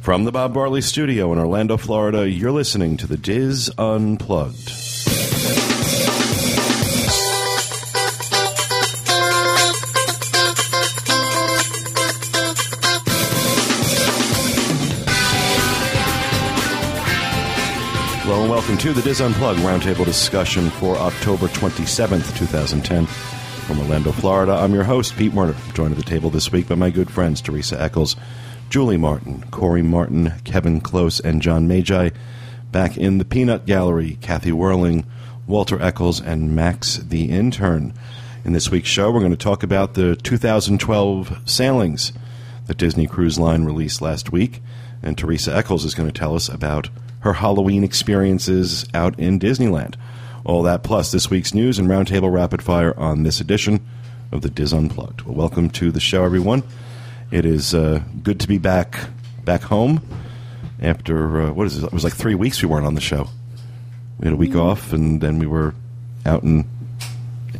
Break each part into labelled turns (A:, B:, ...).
A: From the Bob Barley Studio in Orlando, Florida, you're listening to the Diz Unplugged. Hello and welcome to the Diz Unplugged roundtable discussion for October 27th, 2010, from Orlando, Florida. I'm your host, Pete Werner. I'm joined at the table this week by my good friends, Teresa Eccles, Julie Martin, Corey Martin, Kevin Close, and John Magi. Back in the Peanut Gallery, Kathy Whirling, Walter Eccles, and Max the Intern. In this week's show, we're going to talk about the 2012 sailings that Disney Cruise Line released last week. And Teresa Eccles is going to tell us about her Halloween experiences out in Disneyland. All that plus this week's news and roundtable rapid fire on this edition of the Diz Unplugged. Well, welcome to the show, everyone. It is uh, good to be back back home after uh, what is it? It was like three weeks we weren't on the show. We had a week off, and then we were out in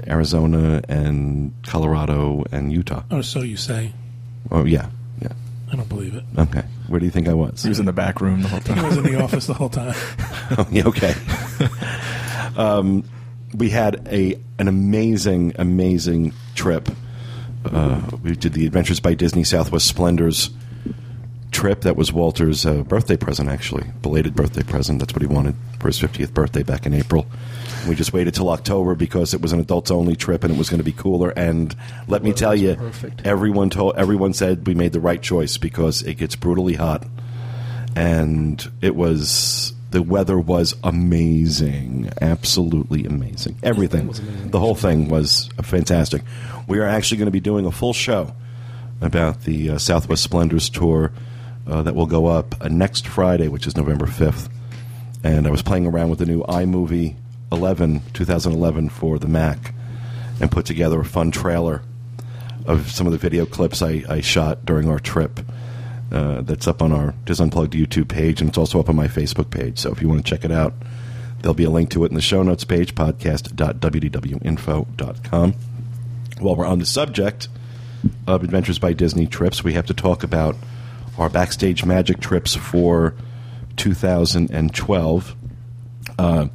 A: Arizona and Colorado and Utah.
B: Or so you say.
A: Oh yeah, yeah.
B: I don't believe it.
A: Okay, where do you think I was?
C: He was in the back room the whole
B: He
C: time.
B: was in the office the whole time.
A: Oh, yeah, okay. um, we had a an amazing, amazing trip. Uh, we did the Adventures by Disney Southwest Splendors trip. That was Walter's uh, birthday present, actually, belated birthday present. That's what he wanted for his fiftieth birthday back in April. We just waited till October because it was an adults only trip and it was going to be cooler. And let me tell you, everyone told everyone said we made the right choice because it gets brutally hot and it was the weather was amazing, absolutely amazing. Everything, the whole thing was fantastic. We are actually going to be doing a full show about the uh, Southwest Splendors tour uh, that will go up uh, next Friday, which is November fifth. And I was playing around with the new iMovie 11 2011 for the Mac, and put together a fun trailer of some of the video clips I, I shot during our trip. Uh, that's up on our Dis Unplugged YouTube page, and it's also up on my Facebook page. So if you want to check it out, there'll be a link to it in the show notes page, podcast.wdwinfo.com. While we're on the subject of Adventures by Disney trips, we have to talk about our backstage magic trips for 2012. Uh,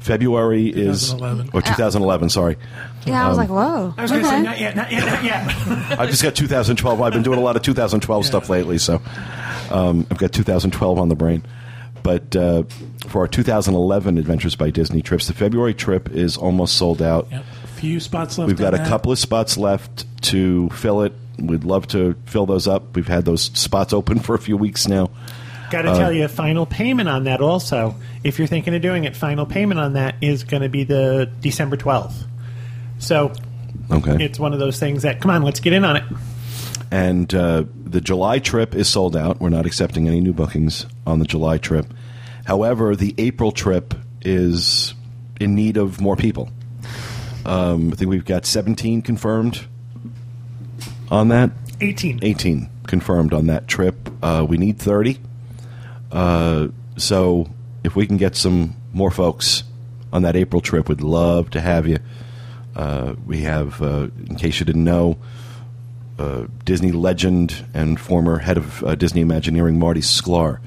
A: February is Oh,
B: 2011.
A: or 2011. Sorry,
D: Yeah, I was
E: Um,
D: like, whoa.
F: I was going to
D: okay.
F: say, not yet, not yet, not yet.
A: I've just got 2012. I've been doing a lot of 2012 stuff lately, so um, I've got 2012 on the brain. But uh, for our 2011 Adventures by Disney trips, the February trip is almost sold out.
B: Yep. Few spots left.
A: We've got
B: on
A: a
B: that.
A: couple of spots left to fill it. We'd love to fill those up. We've had those spots open for a few weeks now.
F: Got to tell you, final payment on that also. If you're thinking of doing it, final payment on that is going to be the December 12th. So
A: Okay.
F: it's one of those things that, come on, let's get in on it.
A: and uh, the July trip is sold out. We're not accepting any new bookings on the July trip. However, the April trip is in need of more people. Um, I think we've got 17 confirmed on that.
F: 18.
A: 18 confirmed on that trip. Uh, we need 30. Uh, so if we can get some more folks on that April trip, we'd love to have you. Uh, we have, uh, in case you didn't know, uh, Disney legend and former head of uh, Disney Imagineering, Marty Sklar,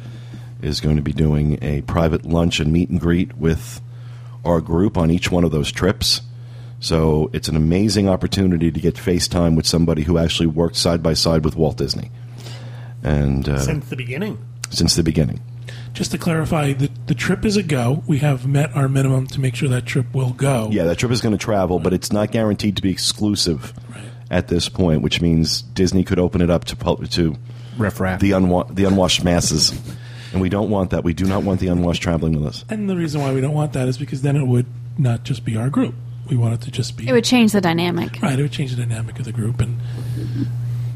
A: is going to be doing a private lunch and meet and greet with our group on each one of those trips. So it's an amazing opportunity to get FaceTime with somebody who actually worked side by side with Walt Disney, and uh, since,
F: Since the beginning.
A: the beginning.
B: Just to clarify, the, the trip is a go. We have met our minimum to make sure that trip will go.
A: Yeah, that trip is going to travel, but it's not guaranteed to be exclusive at this point, which means Disney could open it up to pub- to
C: Riff raff.
A: the uh, unwa- the unwashed masses, and we don't want that. We do not want the unwashed traveling with us.
B: And the reason why we don't want that is because then it would not just be our group. We want it to just be.
D: It would change the dynamic.
B: right. It would change the dynamic of the group. And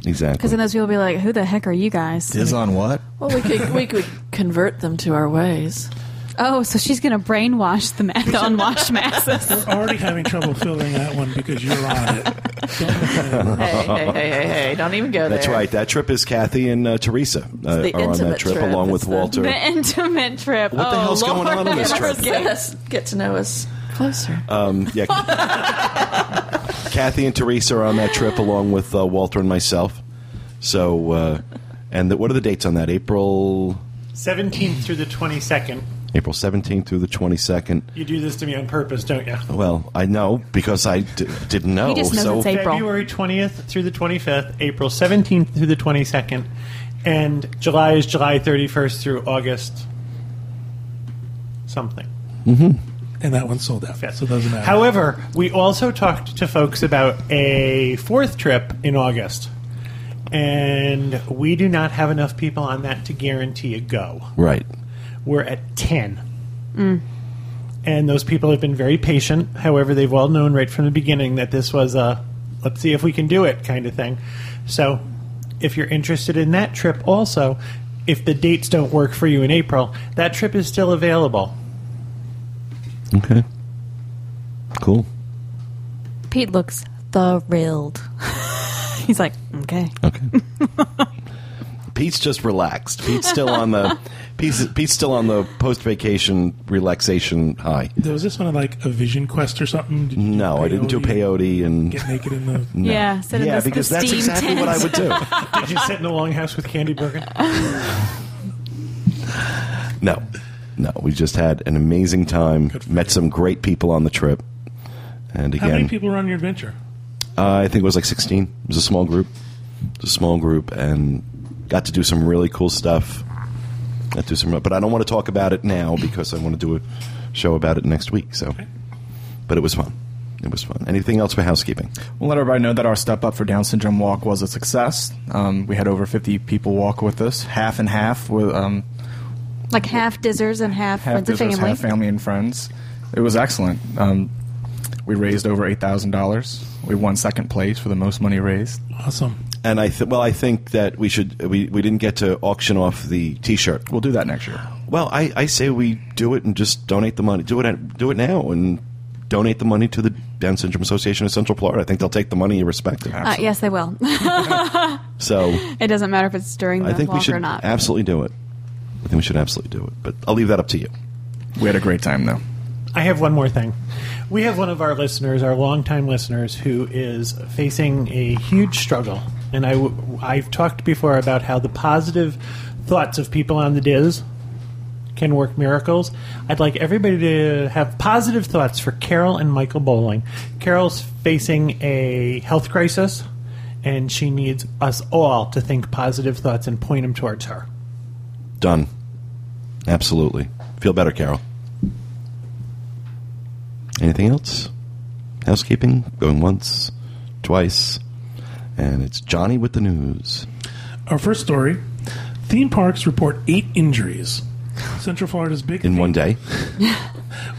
A: Exactly.
D: Because then those people would be like, who the heck are you guys?
C: Is on what?
E: Well, we could we could convert them to our ways.
D: Oh, so she's going to brainwash the, ma- the unwashed masses.
B: we're already having trouble filling that one because you're on it. Don't look at it.
E: Hey, hey, hey, hey, hey! Don't even go
A: That's
E: there.
A: right. That trip is Kathy and uh, Teresa uh,
E: the
A: are on that
E: intimate
A: trip,
E: trip.
A: along with
E: It's the-
A: Walter.
D: the intimate trip.
A: What the
D: oh,
A: hell's going
D: Lord,
A: on on this
D: have
A: trip?
E: Get
D: mercy.
E: us get to know us closer.
A: Um, yeah. Kathy and Teresa are on that trip along with uh, Walter and myself. So, uh, And the, what are the dates on that? April
F: 17th through the 22nd.
A: April 17th through the 22nd.
F: You do this to me on purpose, don't you?
A: Well, I know because I d- didn't know.
D: just knows
A: so
D: it's April.
F: February 20th through the 25th, April 17th through the 22nd, and July is July 31st through August something.
B: and that one's sold out, so it doesn't matter.
F: However, we also talked to folks about a fourth trip in August, and we do not have enough people on that to guarantee a go.
A: right.
F: We're at 10. And those people have been very patient. However, they've all known right from the beginning that this was a let's see if we can do it kind of thing. So, if you're interested in that trip also, if the dates don't work for you in April, that trip is still available.
A: Okay. Cool.
D: Pete looks thrilled. He's like, okay.
A: Okay. Pete's just relaxed. Pete's still on the Pete's, Pete's still on the post vacation relaxation high.
B: there was this one like a Vision Quest or something. Did you
A: No, I didn't do peyote and
B: Get naked in the.
D: Yeah, sit in
A: yeah,
D: this, the
A: because that's
D: steam
A: exactly
D: tent.
A: what I would do.
F: Did you sit in the longhouse with Candy Bergen?
A: No, no, we just had an amazing time. Met some great people on the trip, and
B: How
A: again,
B: many people were on your adventure?
A: Uh, I think it was like 16. It was a small group. It was a small group and got to do some really cool stuff. Got to do some, but I don't want to talk about it now because I want to do a show about it next week. So, but it was fun. It was fun. Anything else for housekeeping?
C: We'll let everybody know that our Step Up for Down Syndrome walk was a success. Um, we had over 50 people walk with us, half and half, with um,
D: Like half dizzers and half,
C: half
D: friends and
C: business,
D: family.
C: half family and friends. It was excellent. Um, we raised over $8,000. We won second place for the most money raised.
B: Awesome.
A: And I th- well, I think that we should. We, we didn't get to auction off the T-shirt.
C: We'll do that next year.
A: Well, I, I say we do it and just donate the money. Do it at- do it now and donate the money to the Down Syndrome Association of Central Florida. I think they'll take the money irrespective.
D: Uh, yes, they will.
A: So
D: it doesn't matter if it's during the
A: I think
D: walk
A: we should
D: or not.
A: absolutely do it. I think we should absolutely do it. But I'll leave that up to you.
C: We had a great time, though.
F: I have one more thing. We have one of our listeners, our longtime listeners, who is facing a huge struggle. And I, w- I've talked before about how the positive thoughts of people on the Diz can work miracles. I'd like everybody to have positive thoughts for Carol and Michael Bowling. Carol's facing a health crisis, and she needs us all to think positive thoughts and point them towards her.
A: Done. Absolutely. Feel better, Carol. Anything else? Housekeeping? Going once, twice. And it's Johnny with the news.
B: Our first story: theme parks report eight injuries. Central Florida's big
A: In one day.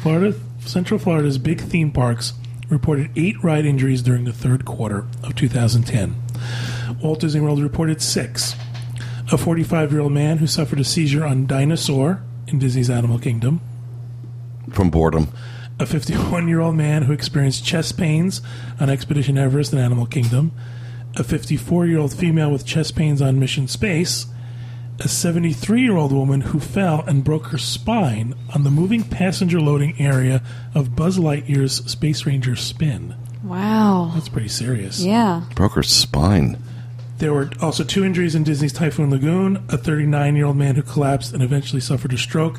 B: Florida, Central Florida's big theme parks reported eight ride injuries during the third quarter of 2010. Walt Disney World reported six. A 45 year old man who suffered a seizure on Dinosaur in Disney's Animal Kingdom.
A: From boredom.
B: A 51 year old man who experienced chest pains on Expedition Everest in Animal Kingdom. A 54 year old female with chest pains on Mission Space. A 73 year old woman who fell and broke her spine on the moving passenger loading area of Buzz Lightyear's Space Ranger Spin.
D: Wow.
B: That's pretty serious.
D: Yeah.
A: Broke her spine.
B: There were also two injuries in Disney's Typhoon Lagoon a 39 year old man who collapsed and eventually suffered a stroke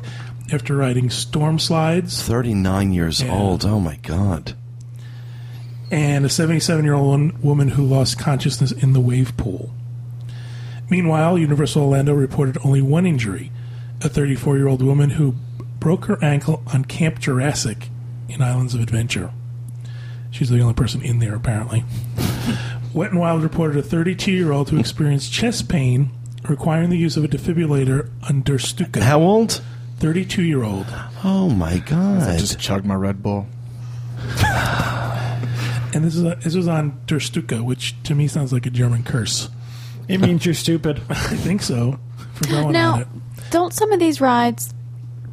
B: after riding storm slides.
A: 39 years old. Oh, my God.
B: and a 77 year old woman who lost consciousness in the wave pool. Meanwhile, Universal Orlando reported only one injury a 34 year old woman who broke her ankle on Camp Jurassic in Islands of Adventure. She's the only person in there, apparently. Wet and Wild reported a 32 year old who experienced chest pain requiring the use of a defibrillator under Stuka.
A: How old?
B: 32 year old.
A: Oh, my God.
C: Just chugged my Red Bull.
B: And this, is a, this was on Der Stuka, which to me sounds like a German curse.
F: It means you're stupid.
B: I think so. For going on
D: Now,
B: it.
D: don't some of these rides,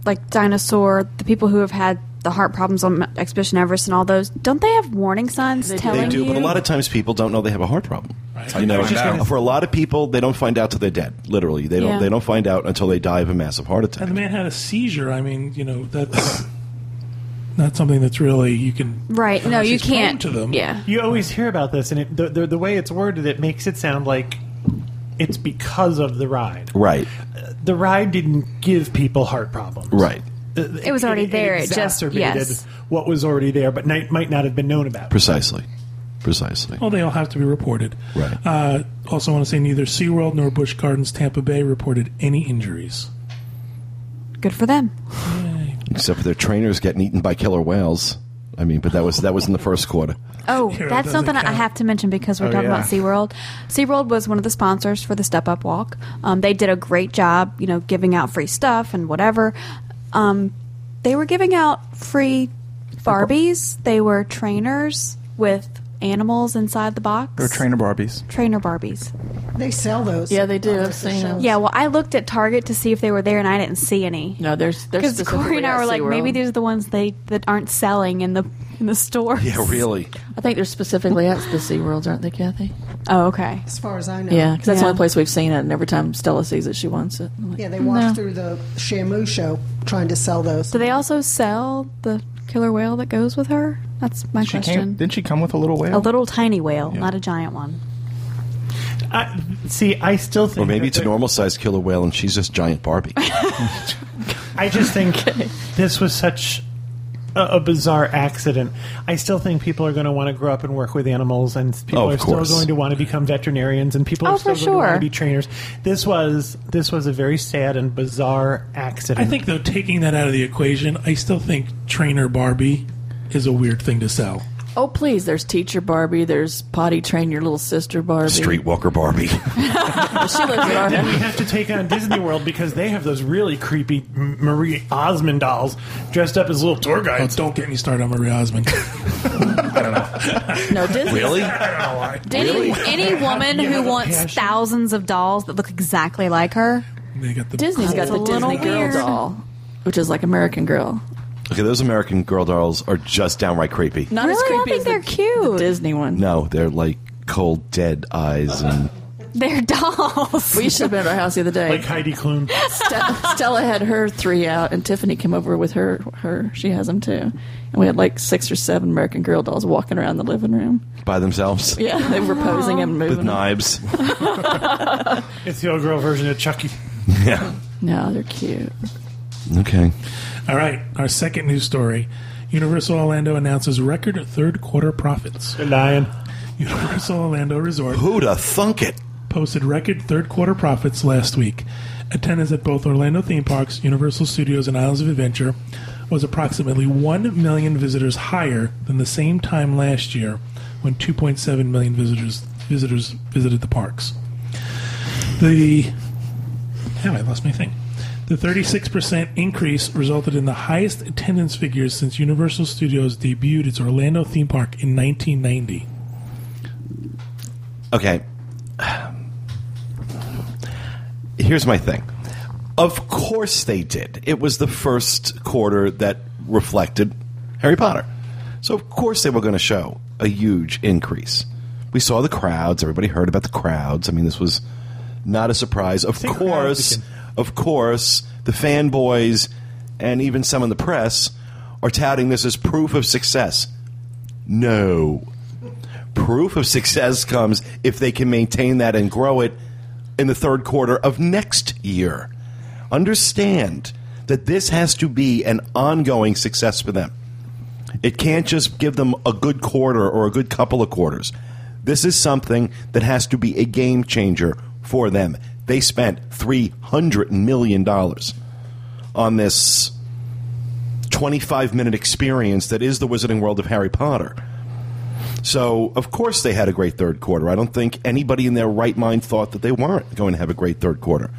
D: like Dinosaur, the people who have had the heart problems on Expedition Everest and all those, don't they have warning signs
E: They do.
D: telling
A: They do,
D: you?
A: but a lot of times people don't know they have a heart problem.
B: Right.
A: You know,
C: Find out.
A: for a lot of people, they don't find out till they're dead. Literally, they don't.
D: Yeah.
A: They don't find out until they die of a massive heart
B: And the
A: attack.
B: man had a seizure. I mean, you know, that's not something that's really you can.
D: right? No,
B: unless
D: you
B: he's prone
D: can't.
B: to them.
D: Yeah.
F: You always hear about this, and it, the, the, the way it's worded, it makes it sound like it's because of the ride.
A: Right.
F: The ride didn't give people heart problems. Uh,
A: Right.
F: It,
D: It was already there, it just-
F: exacerbated
D: yes.
F: what was already there, but night might not have been known about.
A: Precisely. Precisely.
B: Well, they all have to be reported.
A: Right.
B: Uh, also, want to say neither SeaWorld nor Busch Gardens Tampa Bay reported any injuries.
D: Good for them.
A: Except for their trainers getting eaten by killer whales. I mean, but that was that was in the first quarter.
D: Oh,
B: Hero
D: that's
B: doesn't
D: something I
B: count.
D: have to mention because we're
C: Oh,
D: talking
C: yeah.
D: about SeaWorld. SeaWorld was one of the sponsors for the Step Up Walk. Um, they did a great job, you know, giving out free stuff and whatever. Um, they were giving out free Barbies. They were trainers with animals inside the box.
C: They're trainer Barbies.
D: trainer Barbies.
G: They sell those.
E: Yeah, they do.
G: on
E: I've
G: the
E: seen
G: show.
E: them.
D: Yeah, well, I looked at Target to see if they were there, and I didn't see any.
E: No, there's there's
D: Because Corey and I were like, maybe
E: there's.
D: these are the ones they that aren't selling in the in the store.
A: Yeah, really.
E: I think they're specifically at the Sea Worlds, aren't they, Kathy?
D: Oh, okay.
G: As far as I know.
E: Yeah, because that's
D: Yeah.
E: the only place we've seen it. And every time Stella sees it, she wants it. I'm like,
G: Yeah, they walk
E: no.
G: through the Shamu show trying to sell those.
D: Do they also sell the killer whale that goes with her? That's my
C: She came,
D: question.
C: didn't she come with a little whale?
D: a little tiny whale, not a giant one.
F: I, see, I still think,
A: Or maybe it's a
F: that-
A: normal sized killer whale and she's just giant Barbie.
F: I just think this was such a, a bizarre accident. I still think people are going to want to grow up and work with animals, and people
A: Of
F: are
A: course.
F: still going to want to become veterinarians, and people
D: Oh,
F: are still
D: for
F: going to want
D: sure.
F: to be trainers. This was this was a very sad and bizarre
B: I
F: accident.
B: think, though, taking that out of the equation, I still think trainer Barbie is a weird thing to sell.
E: Oh, please. There's teacher Barbie. There's potty train your little sister Barbie.
A: Streetwalker Barbie.
E: Well, she lives in
F: Then
E: our
F: we have to take on Disney World because they have those really creepy M- Marie Osmond dolls dressed up as little tour
B: Oh,
F: guides.
B: don't get me started on Marie Osmond.
E: No, Disney.
D: Any, any woman who wants thousands of dolls that look exactly like her.
B: they got the
E: Disney's got the
D: It's a little
E: Disney Girl
D: weird.
E: doll, which is like American Girl.
A: okay, those American girl dolls are just downright creepy.
E: Not as
D: Really? I
E: creepy
D: think
E: as
D: they're
E: the,
D: cute.
E: the Disney one.
A: No, they're like cold, dead eyes and
D: They're dolls.
E: We should have been at our house the other day.
F: Like Heidi Klum.
E: Ste- Stella had her three out, and Tiffany came over with her. Her she has them too, and we had like six or seven American Girl dolls walking around the living room.
A: by themselves
E: Yeah, they were posing and moving.
A: with knives.
F: It's the old girl version of Chucky.
A: yeah.
E: No, they're cute.
A: Okay.
B: All right, our second news story. Universal Orlando announces record third quarter profits.
F: They're lying.
B: Universal Orlando Resort
A: Who'da thunk it?
B: posted record third quarter profits last week. Attendance at both Orlando theme parks, Universal Studios, and Islands of Adventure was approximately 1 million visitors higher than the same time last year when 2.7 million visitors visitors visited the parks. The Damn, I lost my thing. The 36% increase resulted in the highest attendance figures since Universal Studios debuted its Orlando theme park in 1990.
A: Okay. Here's my thing. Of course they did. It was the first quarter that reflected Harry Potter. So of course they were going to show a huge increase. We saw the crowds, everybody heard about the crowds. I mean, this was not a surprise. Of
F: Say
A: course,
F: crowds
A: of course, the fanboys and even some in the press are touting this as proof of success. No, proof of success comes if they can maintain that and grow it in the third quarter of next year. Understand that this has to be an ongoing success for them. It can't just give them a good quarter or a good couple of quarters. This is something that has to be a game changer for them. They spent $300 million on this 25 minute experience that is the Wizarding World of Harry Potter. So, of course, they had a great third quarter. I don't think anybody in their right mind thought that they weren't going to have a great third quarter.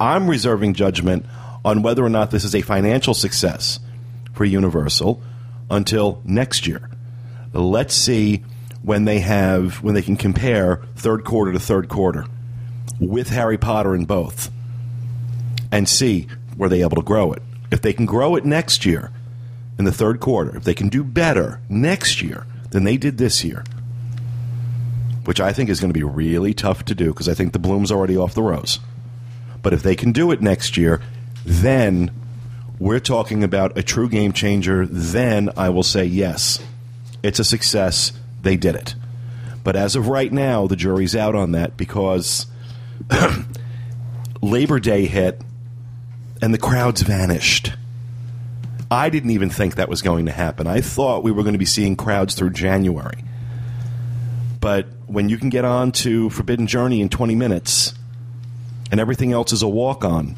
A: I'm reserving judgment on whether or not this is a financial success for Universal until next year. Let's see when they have when they can compare third quarter to third quarter with Harry Potter in both and see were they able to grow it. If they can grow it next year in the third quarter, if they can do better next year than they did this year, which I think is going to be really tough to do because I think the bloom's already off the rose. But if they can do it next year, then we're talking about a true game changer. Then I will say yes, it's a success. They did it. But as of right now, the jury's out on that because Labor Day hit, and the crowds vanished. I didn't even think that was going to happen. I thought we were going to be seeing crowds through January. But when you can get on to Forbidden Journey in 20 minutes, and everything else is a walk on,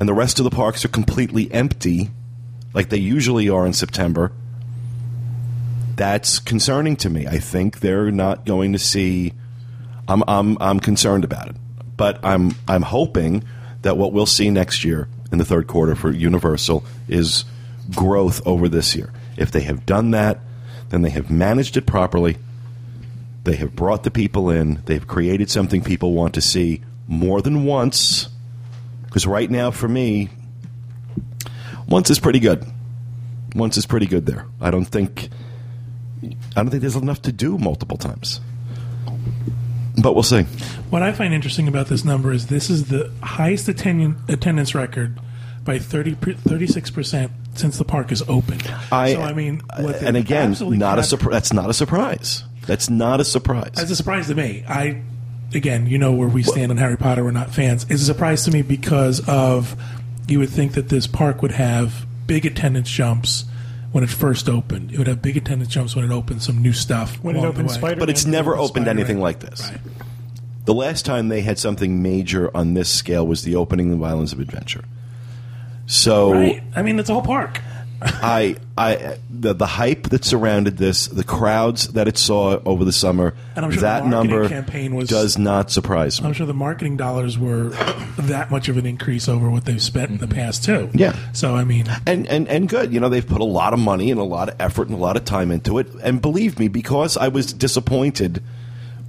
A: and the rest of the parks are completely empty, like they usually are in September, that's concerning to me. I think they're not going to see. I'm I'm I'm concerned about it, but I'm I'm hoping that what we'll see next year in the third quarter for Universal is growth over this year. If they have done that, then they have managed it properly. They have brought the people in. They've created something people want to see more than once. Because right now, for me, once is pretty good. Once is pretty good there. I don't think I don't think there's enough to do multiple times. But we'll see.
B: What I find interesting about this number is this is the highest atten- attendance record by 30 36% since the park is open.
A: I,
B: so, I mean, what
A: and
B: they
A: again,
B: absolutely
A: not a
B: cannot-
A: surpri- that's not a surprise. That's not a surprise.
B: It's a surprise to me. I, again, you know where we stand on Harry Potter. We're not fans. It's a surprise to me because of you would think that this park would have big attendance jumps when it first opened. It would have big attendance jumps when it opened some new stuff.
F: When it
B: along the
F: opened
B: way.
F: Spider-Man,
A: But it's never opened
B: Spider-Man.
A: anything like this.
B: Right.
A: The last time they had something major on this scale was the opening of Islands of Adventure. So
B: Right. I mean, it's a whole park.
A: I, I, the, the hype that surrounded this, the crowds that it saw over the summer,
B: And I'm sure the
A: that
B: marketing
A: number
B: campaign was-
A: does not surprise me.
B: I'm sure the marketing dollars were that much of an increase over what they've spent in the past too.
A: Yeah.
B: So I mean,
A: and, and and good. You know, they've put a lot of money and a lot of effort and a lot of time into it. And believe me, because I was disappointed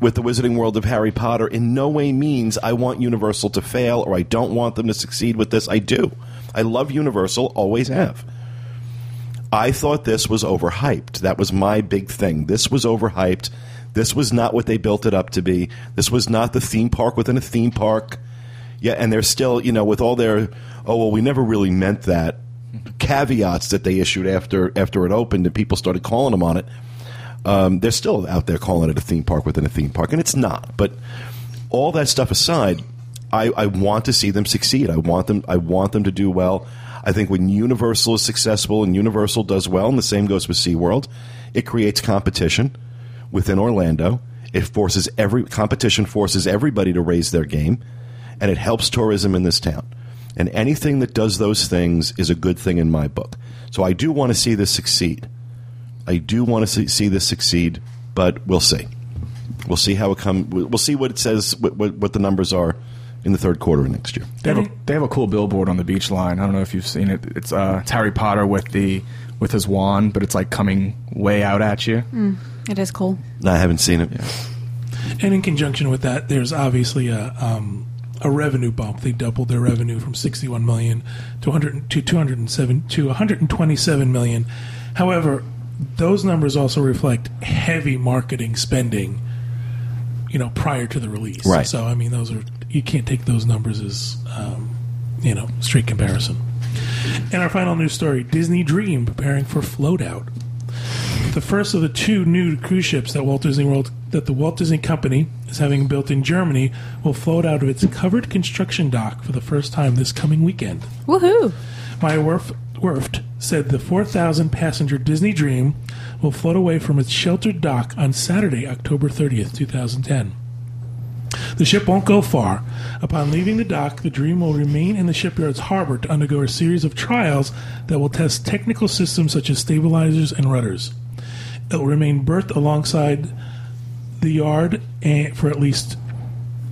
A: with the Wizarding World of Harry Potter, in no way means I want Universal to fail or I don't want them to succeed with this. I do. I love Universal, always have. I thought this was overhyped. That was my big thing. This was overhyped. This was not what they built it up to be. This was not the theme park within a theme park. Yeah, and they're still, you know, with all their oh well, we never really meant that caveats that they issued after after it opened and people started calling them on it. Um, they're still out there calling it a theme park within a theme park, and it's not. But all that stuff aside, I, I want to see them succeed. I want them. I want them to do well. I think when Universal is successful and Universal does well, and the same goes with SeaWorld, it creates competition within Orlando. It forces every competition forces everybody to raise their game, and it helps tourism in this town. And anything that does those things is a good thing in my book. So I do want to see this succeed. I do want to see, see this succeed, but we'll see. We'll see how it come. We'll see what it says. What, what, what the numbers are in the third quarter of next year.
C: They have, a, they have a cool billboard on the beach line. I don't know if you've seen it. It's, uh, it's Harry Potter with the with his wand, but it's like coming way out at you.
D: Hmm. It is cool.
A: No, I haven't seen it.
B: and in conjunction with that, there's obviously a um, a revenue bump. They doubled their revenue from 61 million to 100 to 207 to 127 million. However, those numbers also reflect heavy marketing spending. You know, prior to the release,
A: Right.
B: So I mean, those are you can't take those numbers as um, you know straight comparison. And our final news story: Disney Dream preparing for float out the first of the two new cruise ships that Walt Disney World that the Walt Disney Company is having built in Germany will float out of its covered construction dock for the first time this coming weekend.
D: Woohoo!
B: Meyer Werf, Werft said the 4,000 passenger Disney Dream will float away from its sheltered dock on Saturday, October 30th, 2010. The ship won't go far. Upon leaving the dock, the Dream will remain in the shipyard's harbor to undergo a series of trials that will test technical systems such as stabilizers and rudders. It will remain berthed alongside the yard and for at least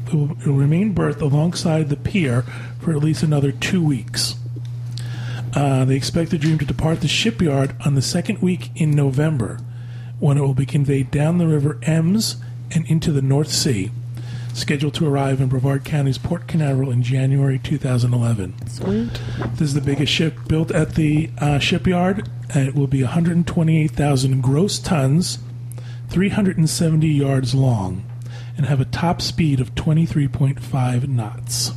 B: it will, it will remain berthed alongside the pier for at least another two weeks. Uh, they expect the Dream to depart the shipyard on the second week in November, when it will be conveyed down the River Ems and into the North Sea. Scheduled to arrive in Brevard County's Port Canaveral in January 2011.
G: Sweet.
B: This is the biggest ship built at the uh, shipyard. And it will be 128,000 gross tons, 370 yards long, and have a top speed of 23.5 knots.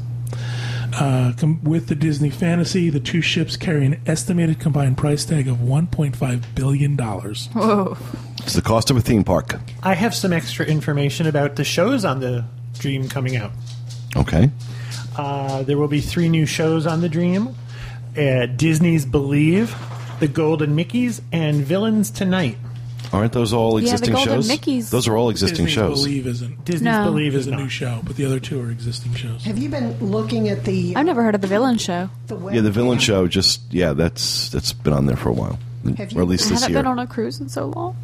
B: Uh, com- with the Disney Fantasy, the two ships carry an estimated combined price tag of 1.5 billion dollars.
A: It's the cost of a theme park.
F: I have some extra information about the shows on the Dream coming out.
A: Okay.
F: Uh, there will be three new shows on the Dream: uh, Disney's Believe, The Golden Mickeys, and Villains Tonight.
A: Aren't those all
D: Yeah, the
A: existing
D: Golden
A: shows?
D: Mickey's-
A: Those are all existing
B: Disney's
A: shows.
B: Believe isn't. Disney
F: Disney's
D: No.
F: Believe
B: is
F: is
B: a new
F: not.
B: show, but the other two are existing shows.
G: Have you been looking at the
D: I've never heard of the villain show.
G: the web?
A: yeah, the villain show just yeah, that's that's been on there for a while.
G: Have
A: or at
G: you-
A: least
D: I
A: this
D: haven't
A: year.
D: been on a cruise in so long.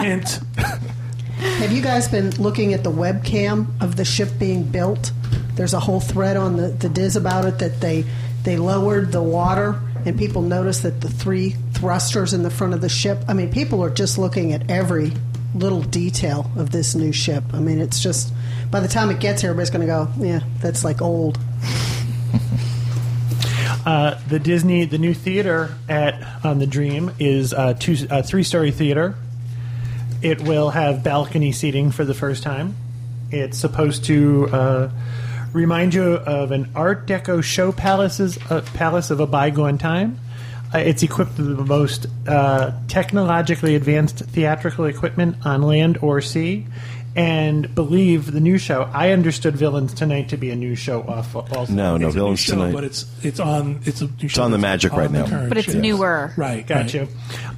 B: Hint.
G: Have you guys been looking at the webcam of the ship being built? There's a whole thread on the, the Diz about it that they they lowered the water and people noticed that the three thrusters in the front of the ship. I mean, people are just looking at every little detail of this new ship. I mean, it's just by the time it gets here, everybody's going to go, yeah, that's like old.
F: Uh, the Disney, the new theater at on the Dream is a two, a three-story theater. It will have balcony seating for the first time. It's supposed to uh, remind you of an Art Deco show palaces uh, palace of a bygone time. Uh, it's equipped with the most uh, technologically advanced theatrical equipment on land or sea. And believe the new show. I understood Villains Tonight to be a new show. Off also.
A: No, no,
B: It's a new
A: villains
B: show,
A: tonight.
B: but it's it's on it's a new show
A: on the
B: that's
A: magic right
B: the
A: now.
B: current
D: But it's
B: show.
D: newer.
B: Right. right.
F: Got you.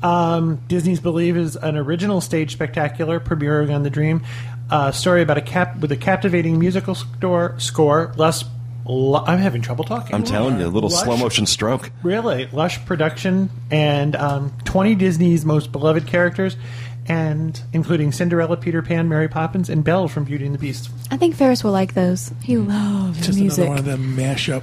F: Um, Disney's Believe is an original stage spectacular premiering on the Dream. A story about a cap with a captivating musical store, score. Less, lu- I'm having trouble talking.
A: I'm telling you, a little
F: Lush-
A: slow motion stroke.
F: Really, lush production and um, 20 Disney's most beloved characters, and including Cinderella, Peter Pan, Mary Poppins, and Belle from Beauty and the Beast.
D: I think Ferris will like those. He loves
B: Just
D: music.
B: another one of them mashup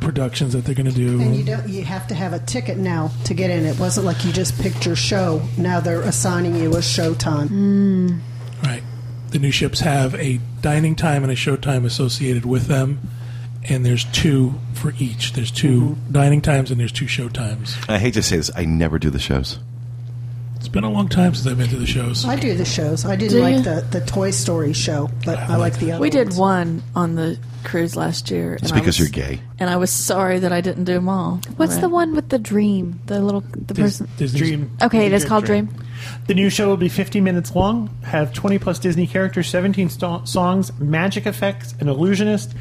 B: productions that they're going to do.
G: And
E: Mm-hmm.
G: you don't you have to have a ticket now to get in. It wasn't like you just picked your show. Now they're assigning you a show time.
E: Mm.
B: Right. The new ships have a dining time and a show time associated with them, and there's two for each. There's 2 dining times and there's two show times.
A: I hate to say this, I never do the shows.
B: It's been a long time since I've been to the shows.
G: I do the shows. I didn't
E: Do
G: like
E: you?
G: the, the Toy Story show, but I, like the other
E: We did
G: ones.
E: one on the cruise last year.
A: It's
E: and I
A: because
E: was-
A: you're gay.
E: And I was sorry that I didn't do them all.
D: What's
E: But-
D: the one with the dream? The little the person.
B: Disney's-
F: Dream.
D: Okay, it is called Dream.
F: The new show will be 50 minutes long, have 20 plus Disney characters, 17 sto- songs, magic effects, an illusionist,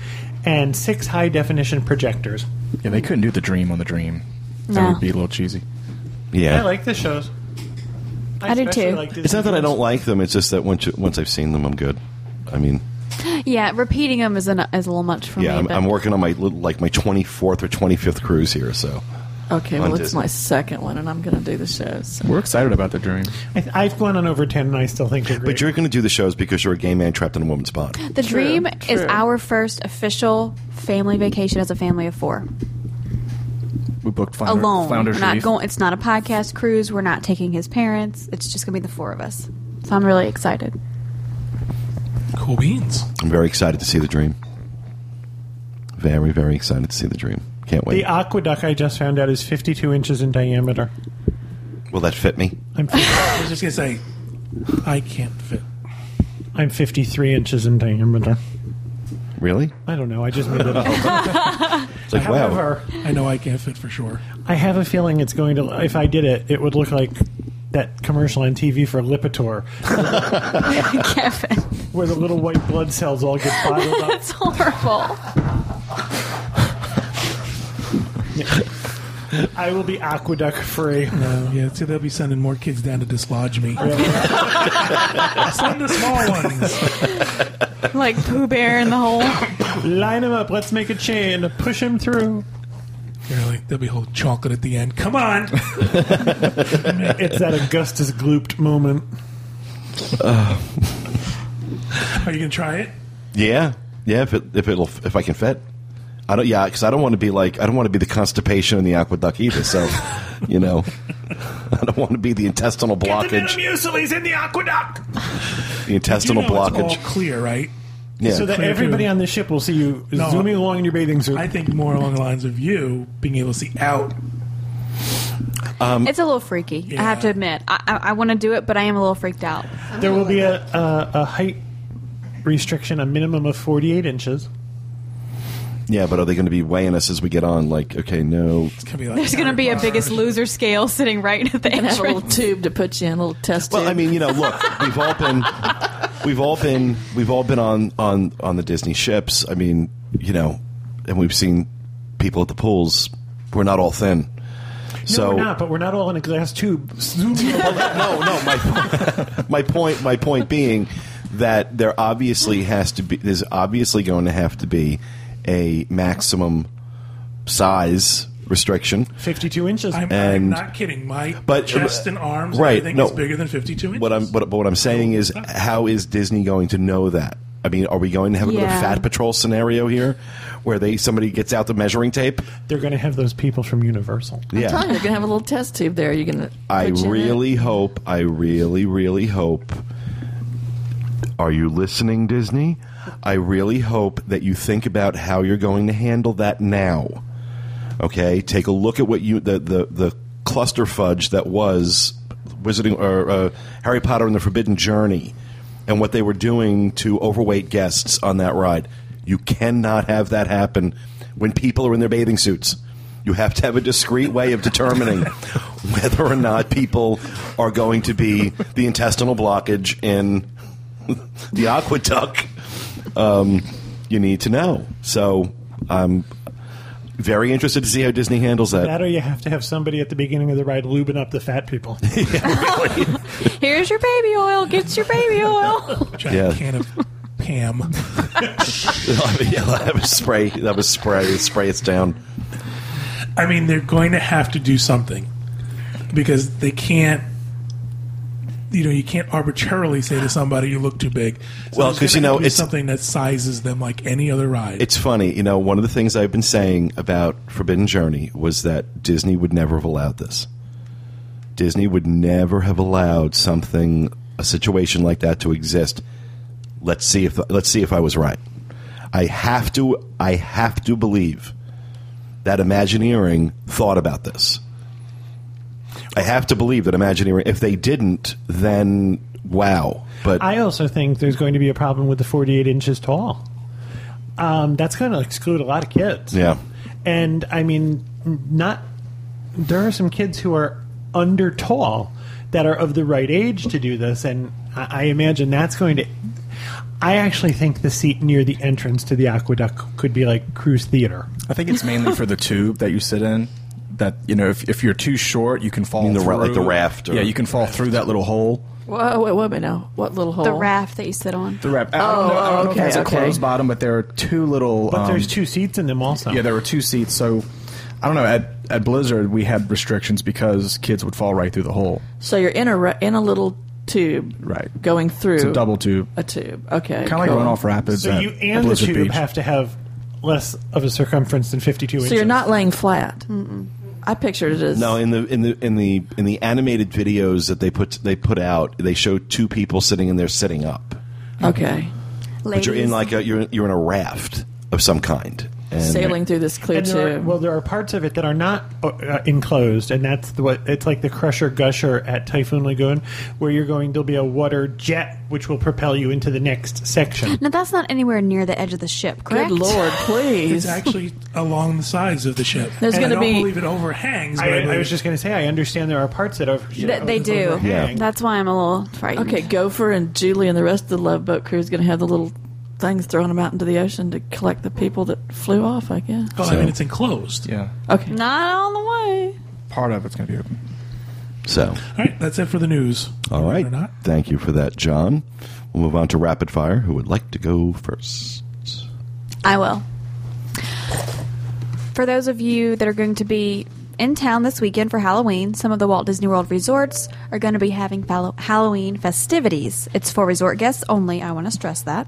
F: and six high definition projectors.
C: Yeah, they couldn't do the dream on the dream. That
D: No.
C: would be a little cheesy.
A: Yeah.
F: I like the shows.
D: I do
F: especially
D: too.
F: like Disney
A: it's not that I
F: shows.
A: don't like them, it's just that once you, once I've seen them I'm good. I mean,
D: Yeah, repeating them is, an, is a little much for
A: yeah,
D: me.
A: I'm,
D: but-
A: I'm working on my little, like my 24th or 25th cruise here, so
E: Okay, well,
A: On
E: it's
A: Disney.
E: my second one, and I'm going to do the shows.
C: We're excited about the dream.
F: I th- I've gone on over 10 and I still think they're great.
A: But you're going to do the shows because you're a gay man trapped in a woman's body.
D: The dream is
E: true.
D: our first official family vacation as a family of four.
C: We booked Flounder,
D: Alone.
C: Flounder's
D: We're not
C: Reef.
D: going it's not a podcast cruise. We're not taking his parents. It's just gonna be the four of us. So I'm really excited.
B: Cool beans.
A: I'm very excited to see the dream. Very, very excited to see the dream. Can't wait.
F: the uh, aqueduct I just found out is 52 inches in diameter.
A: Will that fit me?
F: I'm, fif-
B: I was just going to say, I can't fit.
F: I'm 53 inches in diameter.
A: Really?
F: I don't know. I just made it up.
A: It's like, wow.
F: However,
B: I know I can't fit for sure.
F: I have a feeling it's going to. If I did it, it would look like that commercial on TV for Lipitor,
D: Kevin.
F: where the little white blood cells all get bottled up.
D: That's horrible.
F: I will be aqueduct free.
B: No, Uh, yeah, see, they'll be sending more kids down to dislodge me. Send the small ones.
D: Like Pooh Bear in the hole.
F: Line him up. Let's make a chain. Push him through.
B: Really, there'll be whole chocolate at the end. Come on.
F: It's that Augustus Glooped moment.
B: Are you going to try it?
A: Yeah, yeah. If it, if it'll if I can fit, I don't. Yeah, because I don't want to be like I don't want to be the constipation in the aqueduct either. So, you know, I don't want to be the intestinal blockage.
F: Mucili's in the aqueduct.
A: The intestinal
B: you know
A: blockage.
B: It's all clear, right?
A: yeah.
F: So that
B: Clear
F: everybody
B: too.
F: on the ship will see you
B: No.
F: zooming along in your bathing suit.
B: I think more along the lines of you being able to see out.
A: Um,
D: it's a little freaky. I have to
B: Yeah.
D: admit. I, I, I want to do it, but I am a little freaked out.
F: there will be a, a, a height restriction, a minimum of 48 inches.
A: yeah, but are they going to be weighing us as we get on? Like, okay, no.
B: It's gonna be like
D: There's going to be a biggest loser scale sitting right at the
E: And have a
D: entrance.
E: little tube to put you in, a little test
A: Well,
E: tube.
A: I mean, you know, look, we've all been we've all been we've all been on on on the Disney ships. I mean, you know, and we've seen people at the pools. We're not all thin. so
F: no, we're not, but we're not all in a glass tube.
A: no, no. My my point my point being that there obviously has to be there's obviously going to have to be a maximum size restriction.
F: 52 inches.
B: I'm, I'm
A: And-
B: not kidding. My
A: But uh,
B: chest and arms,
A: right?
B: everything
A: no,
B: is bigger than 52 inches.
A: What I'm what, but what I'm saying is, how is Disney going to know that? I mean, are we going to have another
D: Yeah.
A: Fat Patrol scenario here, where they somebody gets out the measuring tape?
F: They're going to have those people from Universal.
E: I'm
A: Yeah,
E: telling you, you're gonna have a little test tube there. You're gonna.
A: I
E: put you in it.
A: really hope. I really, really hope. Are you listening, Disney? I really hope that you think about how you're going to handle that now. Okay, take a look at what you the the, the cluster fudge that was Wizarding or uh, Harry Potter and the Forbidden Journey, and what they were doing to overweight guests on that ride. You cannot have that happen when people are in their bathing suits. You have to have a discreet way of determining whether or not people are going to be the intestinal blockage in the aqueduct. Um, you need to know. So um, I'm very interested to see how Disney handles
F: That or you have to have somebody at the beginning of the ride lubing up the fat people.
D: Here's your baby oil. Get your baby oil.
B: Giant
A: yeah.
B: can of Pam.
A: yeah, that was spray. That was spray. Spray it's down.
B: I mean, they're going to have to do something because they can't. You know, you can't arbitrarily say to somebody you look too big. So
A: Well,
B: there's
A: 'cause, you
B: gonna
A: know,
B: have to be
A: it's-
B: something that sizes them like any other ride.
A: It's funny, you know. One of the things I've been saying about Forbidden Journey was that Disney would never have allowed this. Disney would never have allowed something, a situation like that, to exist. Let's see if let's see if I was right. I have to. I have to believe that Imagineering thought about this. I have to believe that Imagineering. If they didn't, then wow. But
F: I also think there's going to be a problem with the 48 inches tall. Um, that's going to exclude a lot of kids.
A: Yeah.
F: And I mean, not. There are some kids who are under tall that are of the right age to do this, and I, I imagine that's going to. I actually think the seat near the entrance to the aqueduct could be like cruise theater.
C: I think it's mainly for the tube that you sit in. That you know, if, if you're too short, you can fall
A: mean the ra-
C: through.
A: like the raft or-
C: yeah, you can fall through that little hole.
E: Whoa, wait, wait a minute now. What little hole?
D: the raft that you sit on.
C: The raft. I don't
E: Oh,
C: know, I don't know
E: okay,
C: if it's
E: okay.
C: a closed bottom, but there are two little.
F: But
C: um,
F: there's two seats in them also.
C: Yeah, there were two seats. So I don't know. At at Blizzard, we had restrictions because kids would fall right through the hole.
E: So you're in a ra- in a little tube,
C: Right.
E: Going through
C: It's a double tube,
E: a tube. Okay,
C: kind of like
E: cool.
C: runoff rapids.
F: so
C: at
F: you and the
C: Blizzard
F: tube
C: Beach.
F: have to have less of a circumference than 52 inches.
E: So you're not laying flat. I pictured it as
A: No, Oh, in the in the in the in the animated videos that they put they put out, they show two people sitting and they're sitting up,
E: okay,
A: but
D: Ladies,
A: you're in like a you're you're in a raft of some kind. And
E: sailing through this clear
F: And there are,
E: tube.
F: well, there are parts of it that are not uh, uh, enclosed, and that's the, what it's like the Crusher Gusher at Typhoon Lagoon, where you're going. There'll be a water jet which will propel you into the next section.
D: now that's not anywhere near the edge of the ship, correct?
E: Good lord, please!
B: It's actually along the sides of the ship.
E: There's
B: And I
E: gonna
B: don't
E: be-
B: believe it overhangs. but
F: I, I
B: believe-
F: was just going to say, I understand there are parts that are
D: Th- they do.
A: Yeah.
D: That's why I'm a little frightened.
E: Okay, Gopher and Julie and the rest of the Love Boat crew is going to have the little things throwing them out into the ocean to collect the people that flew off. I guess.
B: Well, I mean, it's enclosed.
C: yeah,
E: Okay.
D: Not on the way.
C: part of it's going to be open.
A: So,
B: All right, that's it for the news.
A: all right,
B: Or not.
A: thank you for that, John. We'll move on to rapid fire. Who would like to go first?
D: I will. For those of you that are going to be in town this weekend for Halloween, some of the Walt Disney World resorts are going to be having fallo- Halloween festivities. It's for resort guests only, I want to stress that.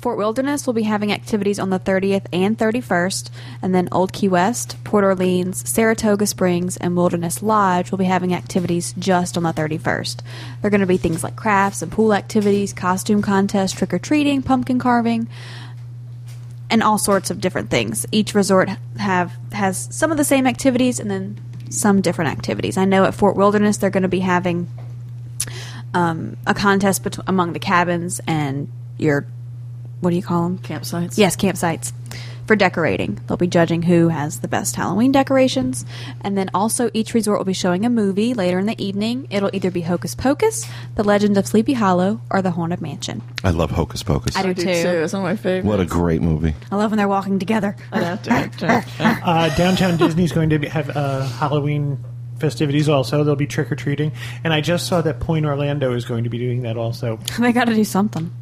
D: Fort Wilderness will be having activities on the 30th and 31st, and then Old Key West, Port Orleans, Saratoga Springs, and Wilderness Lodge will be having activities just on the 31st. There are going to be things like crafts and pool activities, costume contests, trick or treating, pumpkin carving and all sorts of different things. Each resort have has some of the same activities and then some different activities. I know at Fort Wilderness they're going to be having um, a contest betw- among the cabins and your what do you call them?
E: Campsites.
D: Yes, campsites for decorating. They'll be judging who has the best Halloween decorations. And then also, each resort will be showing a movie later in the evening. It'll either be Hocus Pocus, The Legend of Sleepy Hollow, or The Haunted Mansion.
A: I love Hocus Pocus.
D: I do,
E: do
D: too.
E: It's one of my favorites.
A: What a great movie.
D: I love when they're walking together.
E: I know, Jack, Jack, Jack.
F: Uh, downtown Disney's going to be, have uh, Halloween festivities also. There'll be trick or treating, and I just saw that Point Orlando is going to be doing that also.
D: they got to do something.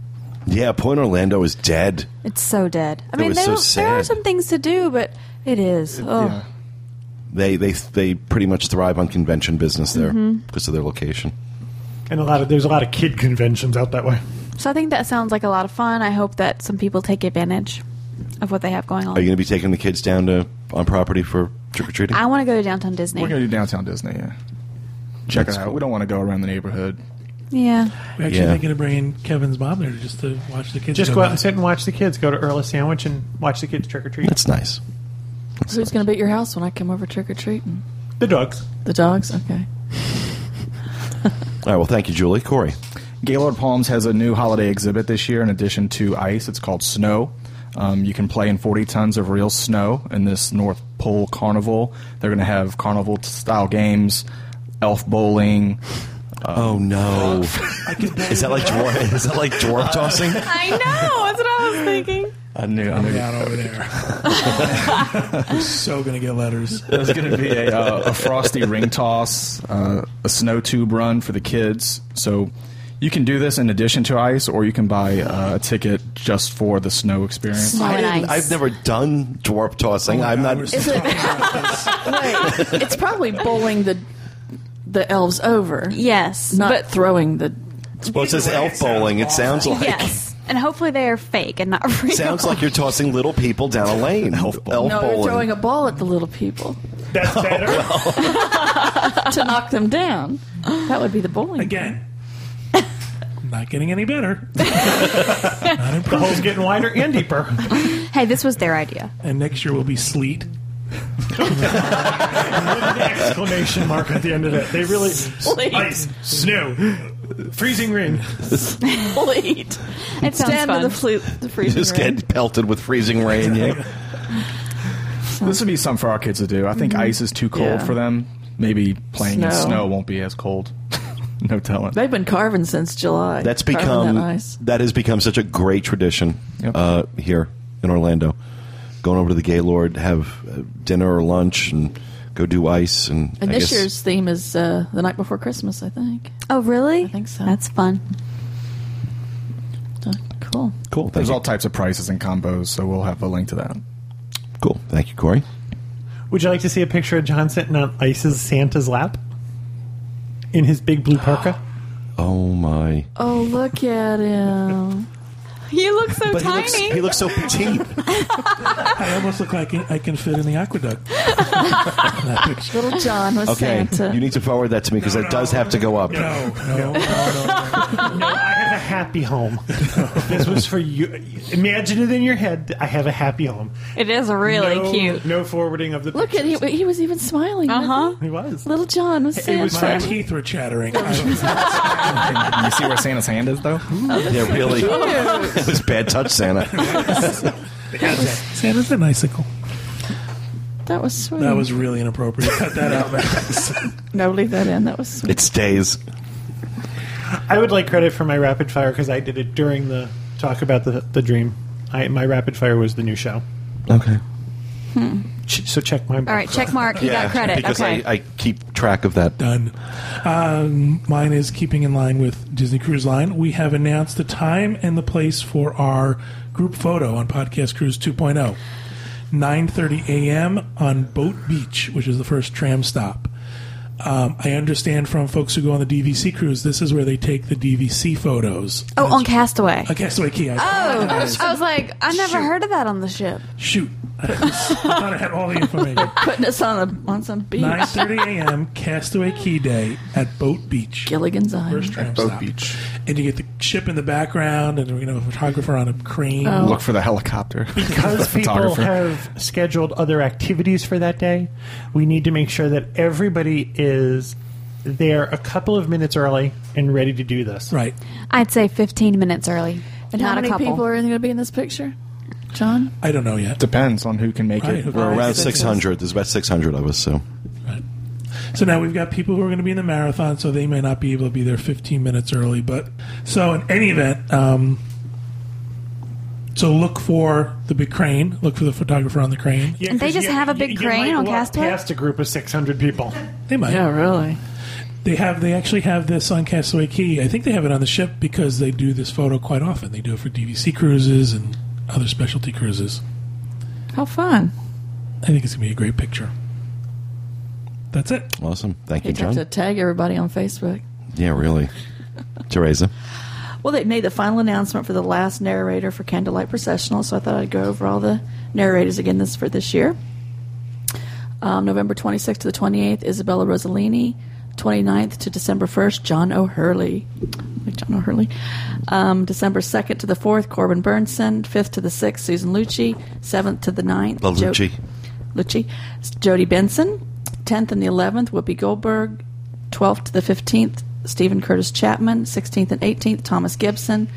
A: Yeah, Point Orlando is dead.
D: It's so dead. I
A: It
D: mean,
A: was
D: they
A: so
D: don't- there are
A: sad.
D: some things to do, but it is. oh,
C: Yeah.
A: They they they pretty much thrive on convention business there
D: Mm-hmm.
A: because of their location.
F: And a lot of there's a lot of kid conventions out that way.
D: so I think that sounds like a lot of fun. I hope that some people take advantage of what they have going
A: Are you
D: on.
A: going to be taking the kids down to on property for trick or treating?
D: I want to go to downtown Disney.
C: We're gonna do downtown Disney. Yeah, check
A: That's
C: it out.
A: cool.
C: We don't want to go around the neighborhood.
D: yeah,
B: We're actually
A: Yeah.
B: thinking of bringing Kevin's mom there just to watch the kids.
F: Just
B: go
F: go out
B: by.
F: and sit and watch the kids. Go to Earl Sandwich and watch the kids trick or treat.
A: That's nice.
E: Who's gonna be at your house when I come over trick or treating?
F: The dogs.
E: The dogs. Okay.
A: All right. Well, thank you, Julie. Corey.
C: Gaylord Palms has a new holiday exhibit this year in addition to ice. It's called Snow. Um, you can play in 40 tons of real snow in this North Pole Carnival. They're going to have carnival style games, elf bowling.
A: oh no! is that like dwarf? Is that like dwarf tossing?
D: I know. That's what I was thinking.
C: I knew. I knew.
B: out over there. I'm so gonna get letters.
C: There's going to be a, uh, a frosty ring toss, uh, a snow tube run for the kids. So you can do this in addition to ice, or you can buy uh, a ticket just for the snow experience.
D: Snow and
A: didn't-
D: ice.
A: I've never done dwarf tossing. I'm not.
B: Hours.
E: Is it? Wait, it's probably bowling the the elves over,
D: Yes,
E: not
D: but
E: throwing the.
A: Well, it says elf bowling. It sounds like
D: yes, and hopefully they are fake and not real.
A: sounds like you're tossing little people down a lane. Elf, elf
E: No,
A: bowling.
E: you're throwing a ball at the little people
F: That's better.
B: Oh,
E: to knock them down. That would be the bowling.
B: Again, not getting any better.
F: the hole's getting wider and deeper.
D: Hey, this was their idea.
B: And next year will be sleet.
F: An exclamation mark at the end of it. They really ice, snow, freezing rain.
E: Fleet.
D: It sounds
E: Stand
D: fun.
E: in the fleet. The freezing
A: Just
E: rain.
A: get pelted with freezing rain. Yeah.
C: This would be something for our kids to do. I
F: Mm-hmm.
C: think ice is too cold
E: Yeah.
C: for them. Maybe playing in
E: Snow.
C: snow won't be as cold. no telling.
E: They've been carving since July.
A: That's
E: Carving
A: become
E: that
A: that,
E: ice.
A: has become such a great tradition
C: Yep.
A: uh, here in Orlando. Going over to the Gaylord, have uh, dinner or lunch, and go do ice. And,
E: And
A: I
E: this
A: guess-
E: year's theme is uh, the night before Christmas, I think.
D: Oh, really? I
E: think so.
D: That's fun.
E: So, cool.
A: cool. Thank
C: There's
A: you.
C: all types of prices and combos, so we'll have a link to that.
A: cool. Thank you, Corey.
F: Would you like to see a picture of John sitting on Ice's Santa's lap? In his big blue parka?
A: Oh my!
E: Oh, look at him.
D: You look so
A: but he looks, he looks so petite.
B: I almost look like I can fit in the aqueduct. that picture.
E: Little John was
A: Okay,
E: Santa.
A: you need to forward that to me because that does have to go up.
B: No, no, no, no.
F: No, I have a happy home. this was for you. Imagine it in your head. I have a happy home.
D: it is really
F: no,
D: cute.
F: No forwardarding of the
E: look at him. He was even smiling.
D: Uh huh.
F: He was.
E: Little John was Santa.
F: was
B: My
F: Right.
B: teeth were chattering. I don't know.
C: you see where Santa's hand is, though?
A: Yeah, really. it was bad touch, Santa.
B: Santa's an icicle.
E: that was sweet.
B: That was really inappropriate. Cut that out, man.
E: no, leave that in. That was sweet.
A: It stays.
F: I would like credit for my rapid fire because I did it during the talk about the, the dream. I, my rapid fire was the new show.
A: Okay.
F: Ch- so check my
D: All right, check mark. He got credit.
A: because
D: Okay.
A: I, I keep track of that.
B: Done. Um, mine is keeping in line with Disney Cruise Line. We have announced the time and the place for our group photo on Podcast Cruise oh. 2.0. 9:30 a.m. on Boat Beach, which is the first tram stop. Um, I understand from folks who go on the DVC cruise, this is where they take the DVC photos.
D: oh, on Castaway.
B: A Castaway Key. I
D: Oh,
B: apologize.
D: I was like, I never heard of that on the ship.
B: Shoot. I thought I had all the information.
E: Putting us on a on some beach.
B: 9:30 a.m. Castaway Key Day at Boat Beach.
E: Gilligan's
B: First
E: Island.
B: tram
C: Boat
B: stop.
C: Beach.
B: And you get the ship in the background, and you know a photographer on a crane.
C: Look for the helicopter. The
F: Oh. because people
C: photographer.
F: have scheduled other activities for that day, we need to make sure that everybody is there a couple of minutes early and ready to do this.
B: Right.
D: I'd say 15 minutes early.
E: And
D: Not
E: how many
D: a couple.
E: people are going to be in this picture? John?
B: I don't know yet.
C: Depends on who can make
B: Right, who
C: it.
B: can
C: We're
B: make
A: Around
C: around
B: it.
A: six hundred. There's about six hundred of us. So
B: So now we've got people who are going to be in the marathon, so they may not be able to be there 15 minutes early. But so in any event, um, so look for the big crane. Look for the photographer on the crane.
F: Yeah,
D: And they
F: 'cause
D: just
F: you-
D: have a
F: you-
D: big
F: you
D: crane
F: might
D: on
F: walk
D: Castaway?
F: Past a group of six hundred people.
B: They might.
E: Yeah, really.
B: They have. They actually have this on Castaway Key. I think they have it on the ship because they do this photo quite often. They do it for DVC cruises and other specialty cruises.
E: How fun.
B: I think it's going to be a great picture. That's it.
A: awesome. Thank you,
E: You'd have to
A: John.
E: tag everybody on Facebook.
A: Yeah, really. Teresa.
E: Well, they made the final announcement for the last narrator for Candlelight Processional, so I thought I'd go over all the narrators again this for this year. Um, November 26th to the 28th, Isabella Rossellini. 29th to December 1st, John O'Hurley. Like John O'Hurley. Um, December 2nd to the 4th, Corbin Burnson. 5th to the 6th, Susan Lucci. 7th to the 9th,
A: Love
E: Jo-
A: Lucci.
E: Lucci. Jody Benson. 10th and the 11th, Whoopi Goldberg. 12th to the 15th, Stephen Curtis Chapman. 16th and 18th, Thomas Gibson.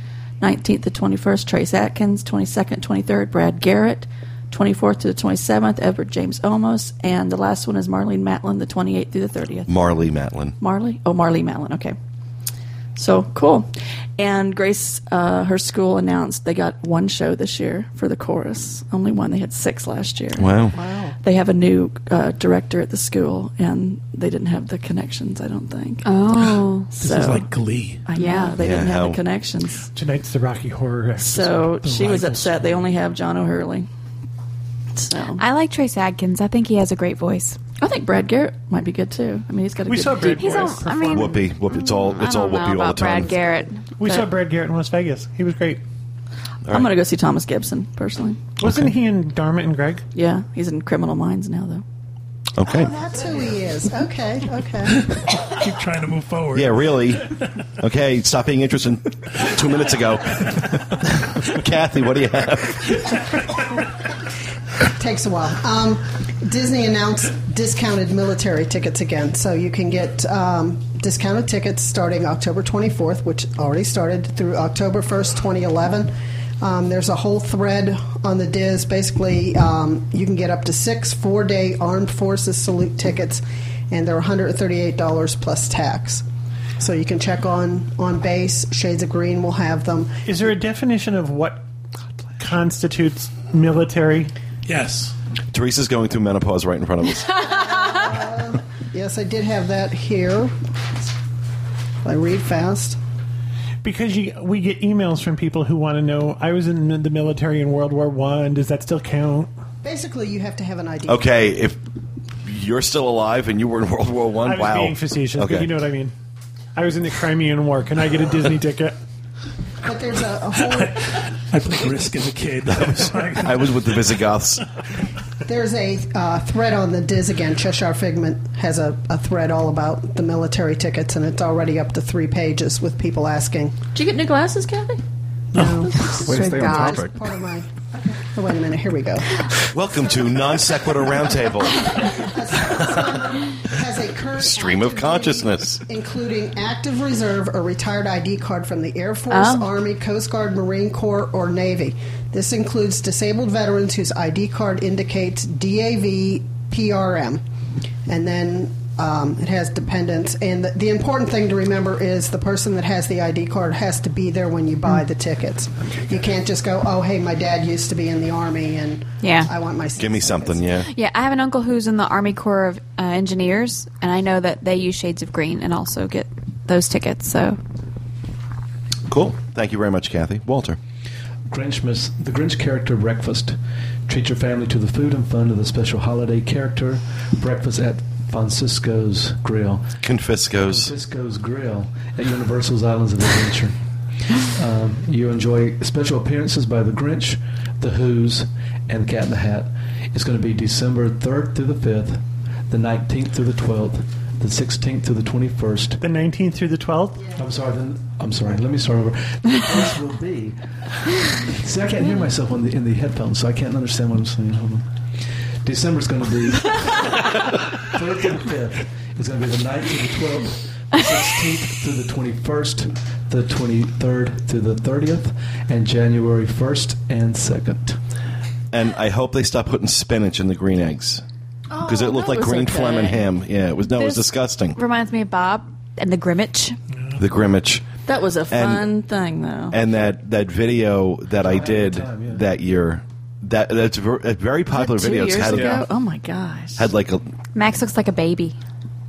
E: 19th to 21st, Trace Atkins. 22nd, 23rd, Brad Garrett. 24th to the 27th, Edward James Olmos. And the last one is Marlene Matlin, the 28th through the 30th.
A: Marley Matlin.
E: Marley? Oh, Marley Matlin. Okay. So cool. And Grace, uh, her school announced they got one show this year for the chorus. Only one. They had six last year.
A: Wow.
E: They have a new uh, director at the school, and they didn't have the connections, I don't think.
D: Oh.
B: This
E: so,
B: is like Glee.
E: I know,
D: Yeah.
E: they
A: Yeah,
E: didn't have
A: how-
E: the connections.
F: Tonight's the Rocky Horror.
E: So
B: The
E: she was
B: rival
E: upset. They only have John O'Hurley. So
D: I like Trace Adkins. I think he has a great voice.
E: I think Brad Garrett might be good too. I mean, he's got a
F: We
E: good
F: saw Brad
D: He's
F: Garrett.
D: all- I mean-
F: perform.
A: Whoopi. Whoopi. It's all. It's
D: I
A: all
D: don't know
A: Whoopi all the
D: about
A: time.
D: Brad Garrett.
F: we
E: but-
F: saw Brad Garrett in Las Vegas. He was great.
E: I'm going to go see Thomas Gibson personally.
F: Wasn't he in Dharma and Greg?
E: Yeah, he's in Criminal Minds now though.
A: Okay.
G: Oh, That's who he is. Okay, okay.
B: Keep trying to move forward.
A: Yeah, really. Okay, stop being interested two minutes ago. Kathy, what do you have?
G: Takes a while. Um, Disney announced discounted military tickets again, so you can get um, discounted tickets starting October 24th, which already started through October 1st, 2011. Um, there's a whole thread on the Diz. Basically, um, you can get up to six four-day Armed Forces salute tickets, and they're $138 plus tax. So you can check on on base. Shades of Green will have them.
F: Is there a definition of what constitutes military?
B: Yes.
A: Teresa's going through menopause right in front of us.
G: Yes, I did have that here. I read fast.
F: Because you, we get emails from people who want to know. I was in the military in World War One. Does that still count?
G: Basically, you have to have an ID.
A: Okay, if you're still alive and you were in World War
F: I
A: One,
F: was
A: wow.
F: being facetious,
A: Okay.
F: but you know what I mean. I was in the Crimean War. Can I get a Disney ticket?
G: But there's a, a whole
B: I played Risk as a kid.
A: I was with the Visigoths.
G: there's a uh, thread on the Diz again. Cheshire Figment has a, a thread all about the military tickets, and it's already up to three pages with people asking.
E: Did you get new glasses, Kathy?
G: No,
C: Oh. Way to stay on topic.
G: part of my. Oh, wait a minute. Here we go.
A: Welcome to Non Sequitur Roundtable.
G: Has a current
A: Stream of
G: active duty,
A: consciousness.
G: including active reserve or retired ID card from the Air Force,
D: Oh.
G: Army, Coast Guard, Marine Corps, or Navy. This includes disabled veterans whose ID card indicates DAV PRM, and then. Um, it has dependents, and the, the important thing to remember is the person that has the ID card has to be there when you
D: Mm.
G: buy the tickets. You can't just go, "Oh, hey, my dad used to be in the army, and
D: Yeah.
G: I want my season
A: Give me
G: tickets."
A: something, yeah.
D: Yeah, I have an uncle who's in the Army Corps of uh, Engineers, and I know that they use Shades of Green and also get those tickets. So
A: Cool. Thank you very much, Kathy. Walter.
H: Grinchmas, the Grinch character breakfast. Treat your family to the food and fun of the special holiday character breakfast at Francisco's Grill.
A: Confiscos.
H: Francisco's Grill at Universal's Islands of Adventure. Um, you enjoy special appearances by the Grinch, the Who's, and the Cat in the Hat. It's going to be December 3rd through the 5th, the 19th through the 12th, the 16th through the 21st,
F: The 19th through the 12th.
H: I'm sorry. Then I'm sorry. Let me start over. This will be. See, I can't hear myself on the in the headphones, so I can't understand what I'm saying. Hold on. December's going to be third through the fifth. It's going to be the 9th to the twelfth, the sixteenth through the twenty-first, the twenty-third through the thirtieth, and January first and second.
A: and I hope they stop putting spinach in the green eggs because
D: Oh,
A: it looked like
D: that was
A: green
D: okay.
A: phlegm and ham. Yeah, it was no, it was
D: This-
A: disgusting.
D: Reminds me of Bob and the Grimmage.
A: The Grimmage.
E: That was a fun
A: And-
E: thing, though.
A: and that that video that I did that year that that's a ver- a very popular
E: Two
A: video. It's
E: years
A: had,
E: ago. Oh my gosh,
A: had like a it
D: Max looks like a baby.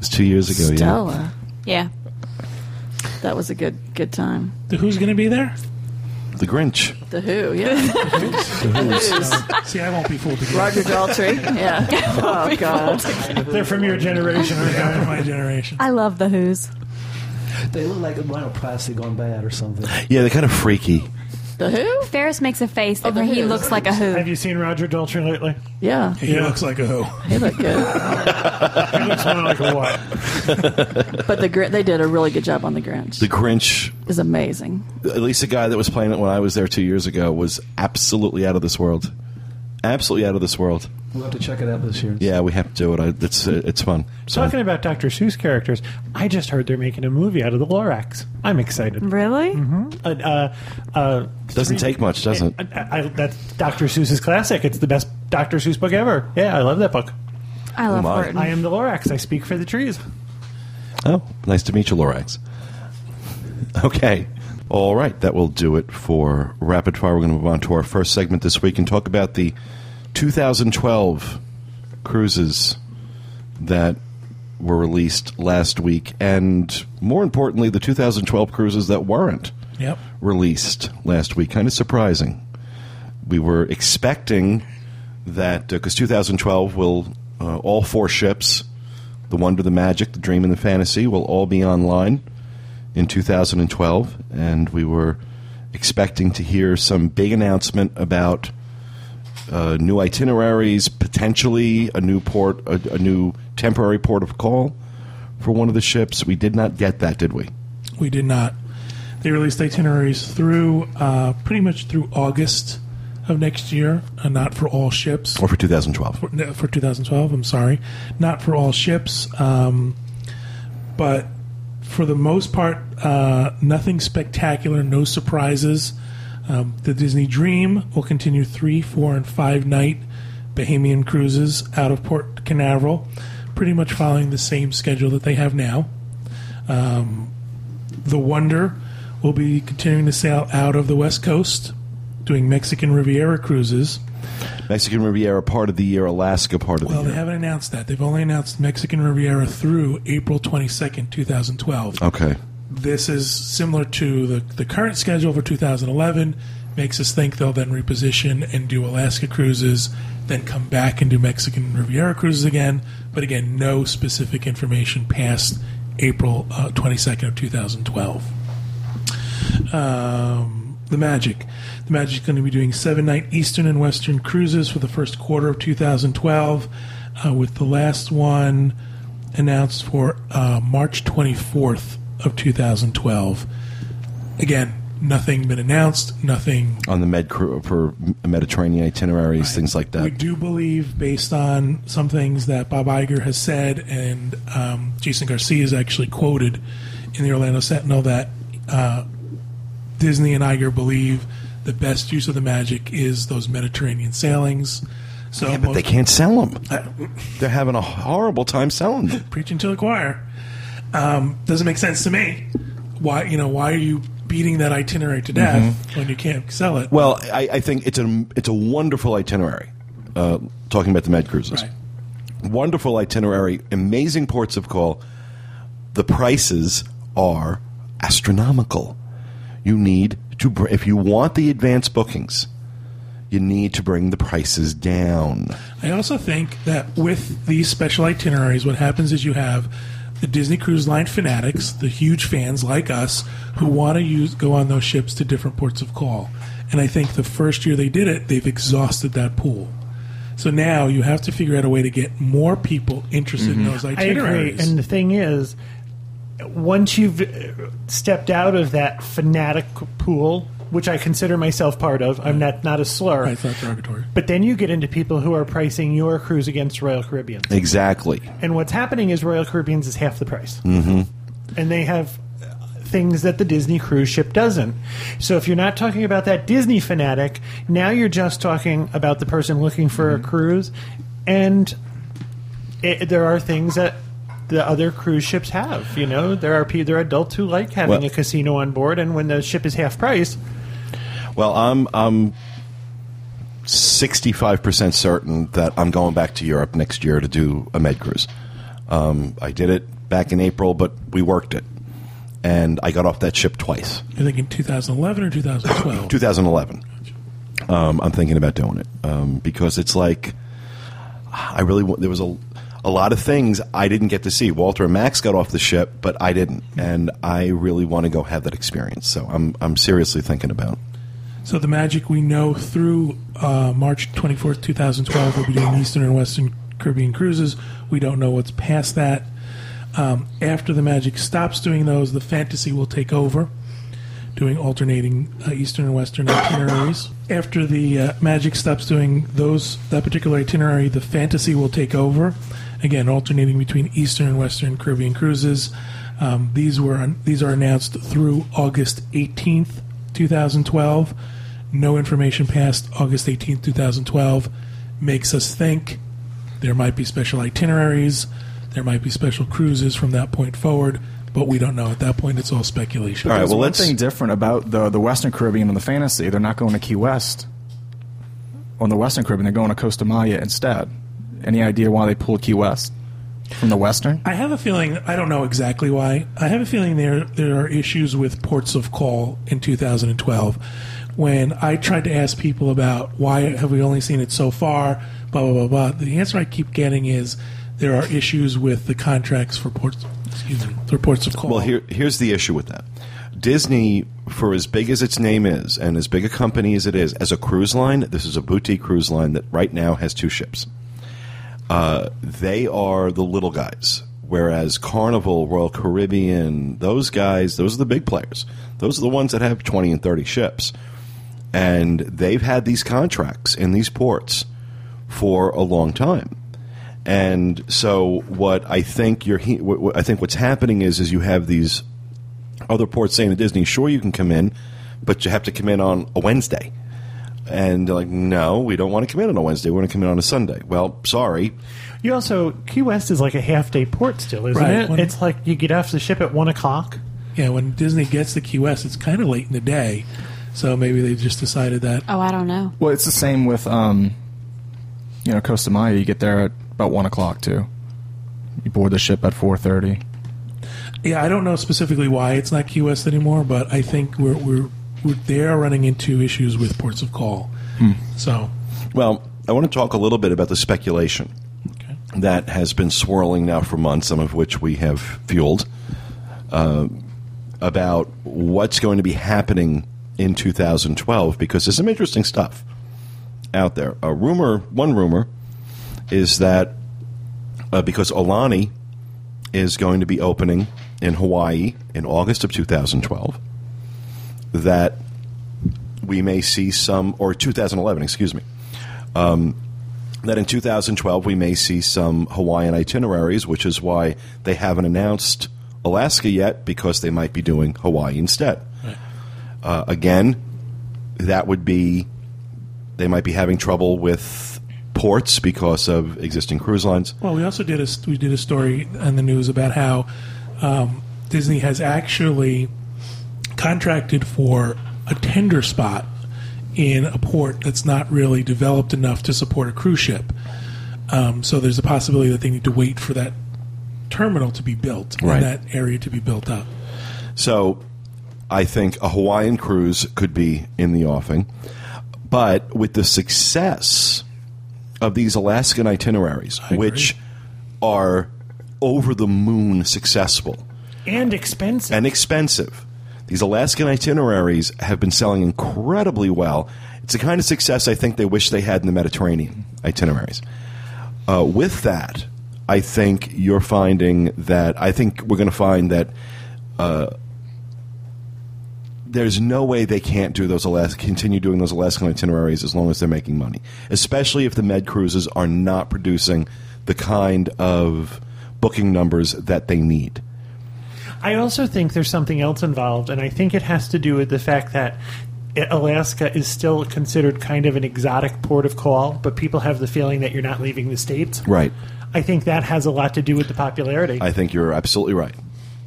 A: was two years ago. Yeah,
E: Stella.
D: Yeah.
E: That was a good good time.
B: The Who's going to be there?
A: The Grinch.
E: The Who, yeah.
B: See, I won't be fooled again.
E: Roger Daltrey, yeah. oh god.
F: They're from your generation, aren't
B: They're
F: they?
B: From my generation.
D: I love the Who's.
H: They look like rhinoplasty gone bad or something.
A: Yeah, they're kind of freaky.
E: The Who?
D: Ferris makes a face that where he
E: Who's.
D: looks like a Who.
F: Oh, Have you seen Roger Daltrey lately?
E: Yeah,
B: He looks like a hoe.
E: he looked good.
F: He looks more like a what?
E: But the Grinch, they did a really good job on the Grinch.
A: The Grinch.
E: is amazing.
A: At least the guy that was playing it when I was there two years ago was absolutely out of this world. Absolutely out of this world.
H: We'll have to check it out this year.
A: Yeah, we have to do it. I, it's uh, it's fun. So
F: Talking about Dr. Seuss characters, I just heard they're making a movie out of the Lorax. I'm excited.
D: Really?
F: Uh, uh, uh,
A: doesn't take much, does it?
F: I, I, that's Dr. Seuss's classic. It's the best Dr. Seuss book ever. Yeah, I love that book.
D: I love
A: Oh my.
D: Horton.
F: I am the Lorax. I speak for the trees.
A: Oh, nice to meet you, Lorax. Okay. All right, that will do it for Rapid Fire. We're going to move on to our first segment this week and talk about the 2012 cruises that were released last week, and more importantly, the 2012 cruises that weren't
B: Yep.
A: released last week. Kind of surprising. We were expecting that uh, because 2012 will uh, all four ships, the Wonder, the Magic, the Dream, and the Fantasy, will all be online in 2012, and we were expecting to hear some big announcement about uh, new itineraries, potentially a new port, a, a new temporary port of call for one of the ships. We did not get that, did we?
B: We did not. They released itineraries through uh, pretty much through August of next year, uh, not for all ships.
A: Or for 2012?
B: for, no, for 2012. I'm sorry, not for all ships, um, but for the most part, uh, nothing spectacular, no surprises. Um, the Disney Dream will continue three, four, and five night Bahamian cruises out of Port Canaveral, pretty much following the same schedule that they have now. Um, The Wonder will be continuing to sail out of the West Coast, doing Mexican Riviera cruises.
A: Mexican Riviera part of the year, Alaska part of
B: Well,
A: the
B: they
A: year.
B: haven't announced that. They've only announced Mexican Riviera through April 22nd, 2012.
A: okay.
B: This is similar to the, the current schedule for 2011. Makes us think they'll then reposition and do Alaska cruises, then come back and do Mexican Riviera cruises again. But again, no specific information past April uh, 22nd of 2012 um, the Magic. The Magic is going to be doing seven night Eastern and Western cruises for the first quarter of 2012, uh, with the last one announced for uh, March 24th of 2012. Again, nothing been announced. Nothing.
A: On the med crew for Mediterranean itineraries, things like
B: We
A: that.
B: do believe, based on some things that Bob Iger has said, and um, Jason Garcia is actually quoted in the Orlando Sentinel, that uh, Disney and Iger believe the best use of the magic is those Mediterranean sailings. So
A: yeah, but
B: most-
A: they can't sell them. They're having a horrible time selling them.
B: preaching to the choir. Um, doesn't make sense to me. Why you know why are you beating that itinerary to death when you can't sell it?
A: Mm-hmm. Well, I, I think it's a it's a wonderful itinerary. Uh, talking about the med cruises,
B: Right.
A: wonderful itinerary, amazing ports of call. The prices are astronomical. You need to br- if you want the advanced bookings, you need to bring the prices down.
B: I also think that with these special itineraries, what happens is you have the Disney Cruise Line fanatics, the huge fans like us, who want to use go on those ships to different ports of call. And I think the first year they did it, they've exhausted that pool. So now you have to figure out a way to get more people interested in those
F: I agree.
B: itineraries.
F: And the thing is, once you've uh, stepped out of that fanatic pool, which I consider myself part of, I'm not not a slur.
B: Right, it's not derogatory.
F: But then you get into people who are pricing your cruise against Royal Caribbean.
A: Exactly.
F: And what's happening is Royal Caribbean's is half the price. And they have uh, things that the Disney cruise ship doesn't. So if you're not talking about that Disney fanatic, now you're just talking about the person looking for a cruise, and it, there are things that the other cruise ships have. You know, there are pe- there are adults who like having
A: Well-
F: a casino on board, and when the ship is half price,
A: Well, I'm I'm 65% certain that I'm going back to Europe next year to do a med cruise. Um, I did it back in April, but we worked it. And I got off that ship twice.
B: You're thinking 2011 or 2012?
A: 2011. Um, I'm thinking about doing it um, because it's like I really wa- there was a a lot of things I didn't get to see. Walter and Max got off the ship, but I didn't, and I really want to go have that experience. So I'm I'm seriously thinking about.
B: So the magic we know through uh, March 24th, 2012, we'll be doing Eastern and Western Caribbean cruises. We don't know what's past that. Um, after the magic stops doing those, the fantasy will take over, doing alternating uh, Eastern and Western itineraries. After the uh, magic stops doing those that particular itinerary, the fantasy will take over. Again, alternating between Eastern and Western Caribbean cruises. Um, these were these are announced through August 18th, 2012. No information past August 18th, 2012 makes us think there might be special itineraries, there might be special cruises from that point forward, but we don't know. At that point, it's all speculation.
C: There's one thing different about the the Western Caribbean and the fantasy. They're not going to Key West. On the Western Caribbean, they're going to Costa Maya instead. Any idea why they pulled Key West from the Western?
B: I have a feeling I don't know exactly why. I have a feeling there there are issues with ports of call in 2012. When I tried to ask people about why have we only seen it so far, blah blah blah blah. The answer I keep getting is there are issues with the contracts for ports. Excuse me, for ports of call.
A: Well, here, here's the issue with that. Disney, for as big as its name is, and as big a company as it is, as a cruise line, this is a boutique cruise line that right now has two ships. Uh, they are the little guys, whereas Carnival, Royal Caribbean, those guys, those are the big players. Those are the ones that have 20 and 30 ships. And they've had these contracts in these ports for a long time. And so, what I think you're, he- what, what I think what's happening is, is you have these other ports saying to Disney, "Sure, you can come in, but you have to come in on a Wednesday." And they're like, "No, we don't want to come in on a Wednesday. We want to come in on a Sunday." Well, sorry,
F: you also Key West is like a half day port still, isn't
B: Right.
F: it?
B: When-
F: it's like you get off the ship at one o'clock.
B: Yeah, when Disney gets to Key West, it's kind of late in the day, so maybe they've just decided that.
D: Oh, I don't know.
C: Well, it's the same with um, you know Costa Maya. You get there at about one o'clock too. You board the ship at four thirty.
B: Yeah, I don't know specifically why it's not Key West anymore, but I think we're we're, we're they are running into issues with ports of call. So
A: Well, I want to talk a little bit about the speculation that has been swirling now for months, some of which we have fueled, uh, about what's going to be happening in 2012 because there's some interesting stuff out there. A rumor, one rumor, is that uh, because Olani is going to be opening in Hawaii in August of 2012, that we may see some, or 2011, excuse me, um, that in 2012 we may see some Hawaiian itineraries, which is why they haven't announced Alaska yet because they might be doing Hawaii instead. Uh, again, that would be they might be having trouble with ports because of existing cruise lines.
B: Well, we also did a we did a story in the news about how um, Disney has actually contracted for a tender spot in a port that's not really developed enough to support a cruise ship. Um, so there's a possibility that they need to wait for that terminal to be built
A: Right.
B: and that area to be built up.
A: So I think a Hawaiian cruise could be in the offing. But with the success of these Alaskan itineraries, which are over the moon successful
F: And expensive.
A: and expensive, these Alaskan itineraries have been selling incredibly well. It's the kind of success I think they wish they had in the Mediterranean itineraries. Uh, with that, I think you're finding that I think we're going to find that uh, there's no way they can't do those Alaska, continue doing those Alaskan itineraries as long as they're making money, especially if the med cruises are not producing the kind of booking numbers that they need.
F: I also think there's something else involved, and I think it has to do with the fact that i- Alaska is still considered kind of an exotic port of call, but people have the feeling that you're not leaving the states.
A: Right.
F: I think that has a lot to do with the popularity.
A: I think you're absolutely right.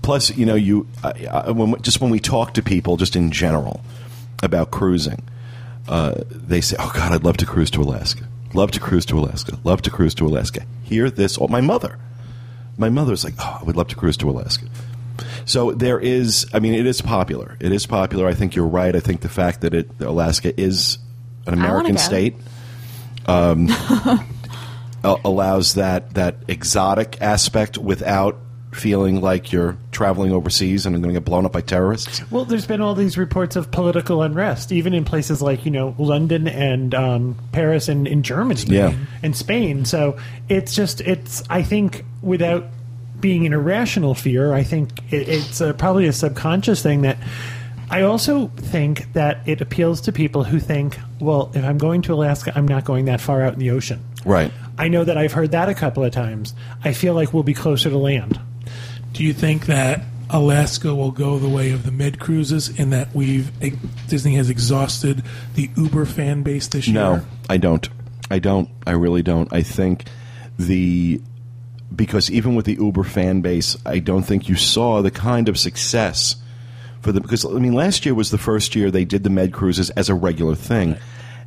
A: Plus, you know, you I, I, when, just when we talk to people, just in general, about cruising, uh, they say, "Oh God, I'd love to cruise to Alaska. Love to cruise to Alaska. Love to cruise to Alaska." Hear this? Oh, my mother, my mother's like, "Oh, I would love to cruise to Alaska." So there is, I mean, it is popular. It is popular. I think you're right. I think the fact that it Alaska is an
D: I wanna
A: American
D: go.
A: state. Um, a- allows that that exotic aspect without feeling like you're traveling overseas and going to get blown up by terrorists.
F: Well, there's been all these reports of political unrest, even in places like you know London and um, Paris and in Germany,
A: Yeah.
F: and Spain. So it's just it's I think without being an irrational fear, I think it, it's uh, probably a subconscious thing that. I also think that it appeals to people who think, well, if I'm going to Alaska, I'm not going that far out in the ocean.
A: Right.
F: I know that I've heard that a couple of times. I feel like we'll be closer to land.
B: Do you think that Alaska will go the way of the med cruises in that we've Disney has exhausted the Uber fan base this
A: No,
B: year?
A: I don't. I don't. I really don't. I think the because even with the Uber fan base, I don't think you saw the kind of success for the because I mean last year was the first year they did the med cruises as a regular thing,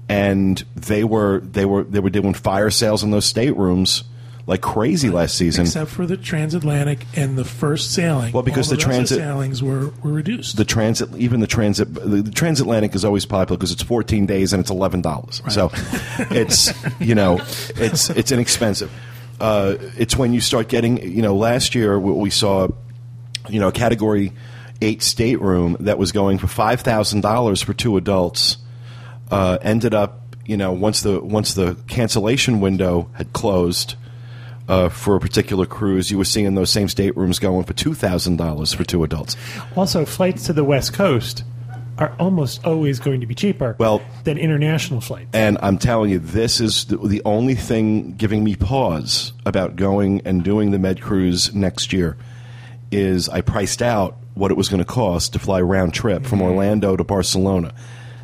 A: and they were they were they were doing fire sales in those staterooms like crazy last season.
B: Except for the transatlantic and the first sailing.
A: Well, because the
B: All rest of
A: transit-
B: sailings were, were reduced.
A: the transit, even the transit, the, the transatlantic is always popular because it's 14 days and it's $11. So it's, you know, it's, it's inexpensive. Uh, it's when you start getting, you know, last year we, we saw, you know, a category eight stateroom that was going for $5,000 for two adults, uh, ended up, you know, once the, once the cancellation window had closed, uh, for a particular cruise, you were seeing those same staterooms going for two thousand dollars for two adults.
F: Also, flights to the West Coast are almost always going to be cheaper
A: Well-
F: than international flights.
A: And I'm telling you, this is the, the only thing giving me pause about going and doing the med cruise next year. Is I priced out what it was going to cost to fly round trip from Orlando to Barcelona.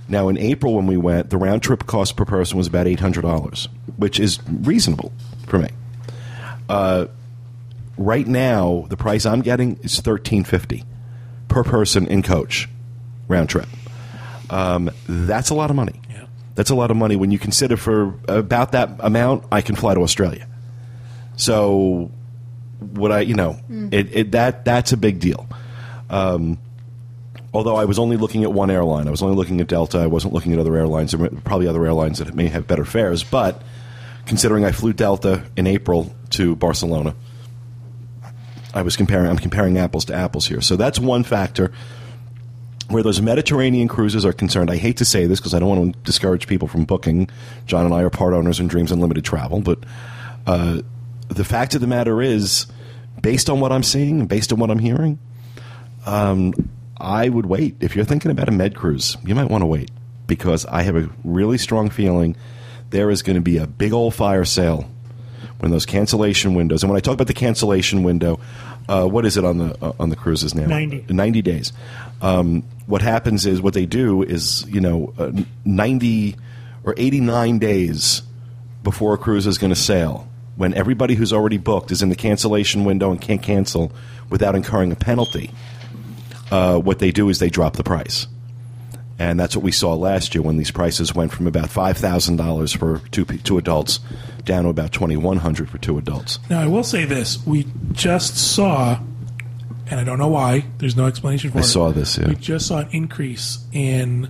A: Now in April when we went, the round trip cost per person was about eight hundred dollars, which is reasonable for me. Uh, right now, the price I'm getting is thirteen fifty per person in coach round trip. Um, that's a lot of money. That's a lot of money when you consider for about that amount, I can fly to Australia. So, would I? You know, it, it, that that's a big deal. Um, although I was only looking at one airline, I was only looking at Delta. I wasn't looking at other airlines. There were probably other airlines that may have better fares, but considering I flew Delta in April to Barcelona, I was comparing. I'm comparing apples to apples here. So that's one factor where those Mediterranean cruises are concerned, I hate to say this because I don't want to discourage people from booking. John and I are part owners in Dreams Unlimited Travel, but uh, the fact of the matter is, based on what I'm seeing and based on what I'm hearing, um, I would wait. If you're thinking about a med cruise, you might want to wait because I have a really strong feeling there is going to be a big old fire sale when those cancellation windows. And when I talk about the cancellation window, uh, what is it on the uh, on the cruises now?
F: 90.
A: 90 days. Um, what happens is what they do is you know uh, 90 or 89 days before a cruise is going to sail. When everybody who's already booked is in the cancellation window and can't cancel without incurring a penalty, uh, what they do is they drop the price. And that's what we saw last year when these prices went from about five thousand dollars for two pe- two adults down to about twenty one hundred for two adults.
B: Now, I will say this. We just saw, and I don't know why, there's no explanation for
A: I
B: it.
A: saw this, yeah.
B: We just saw an increase in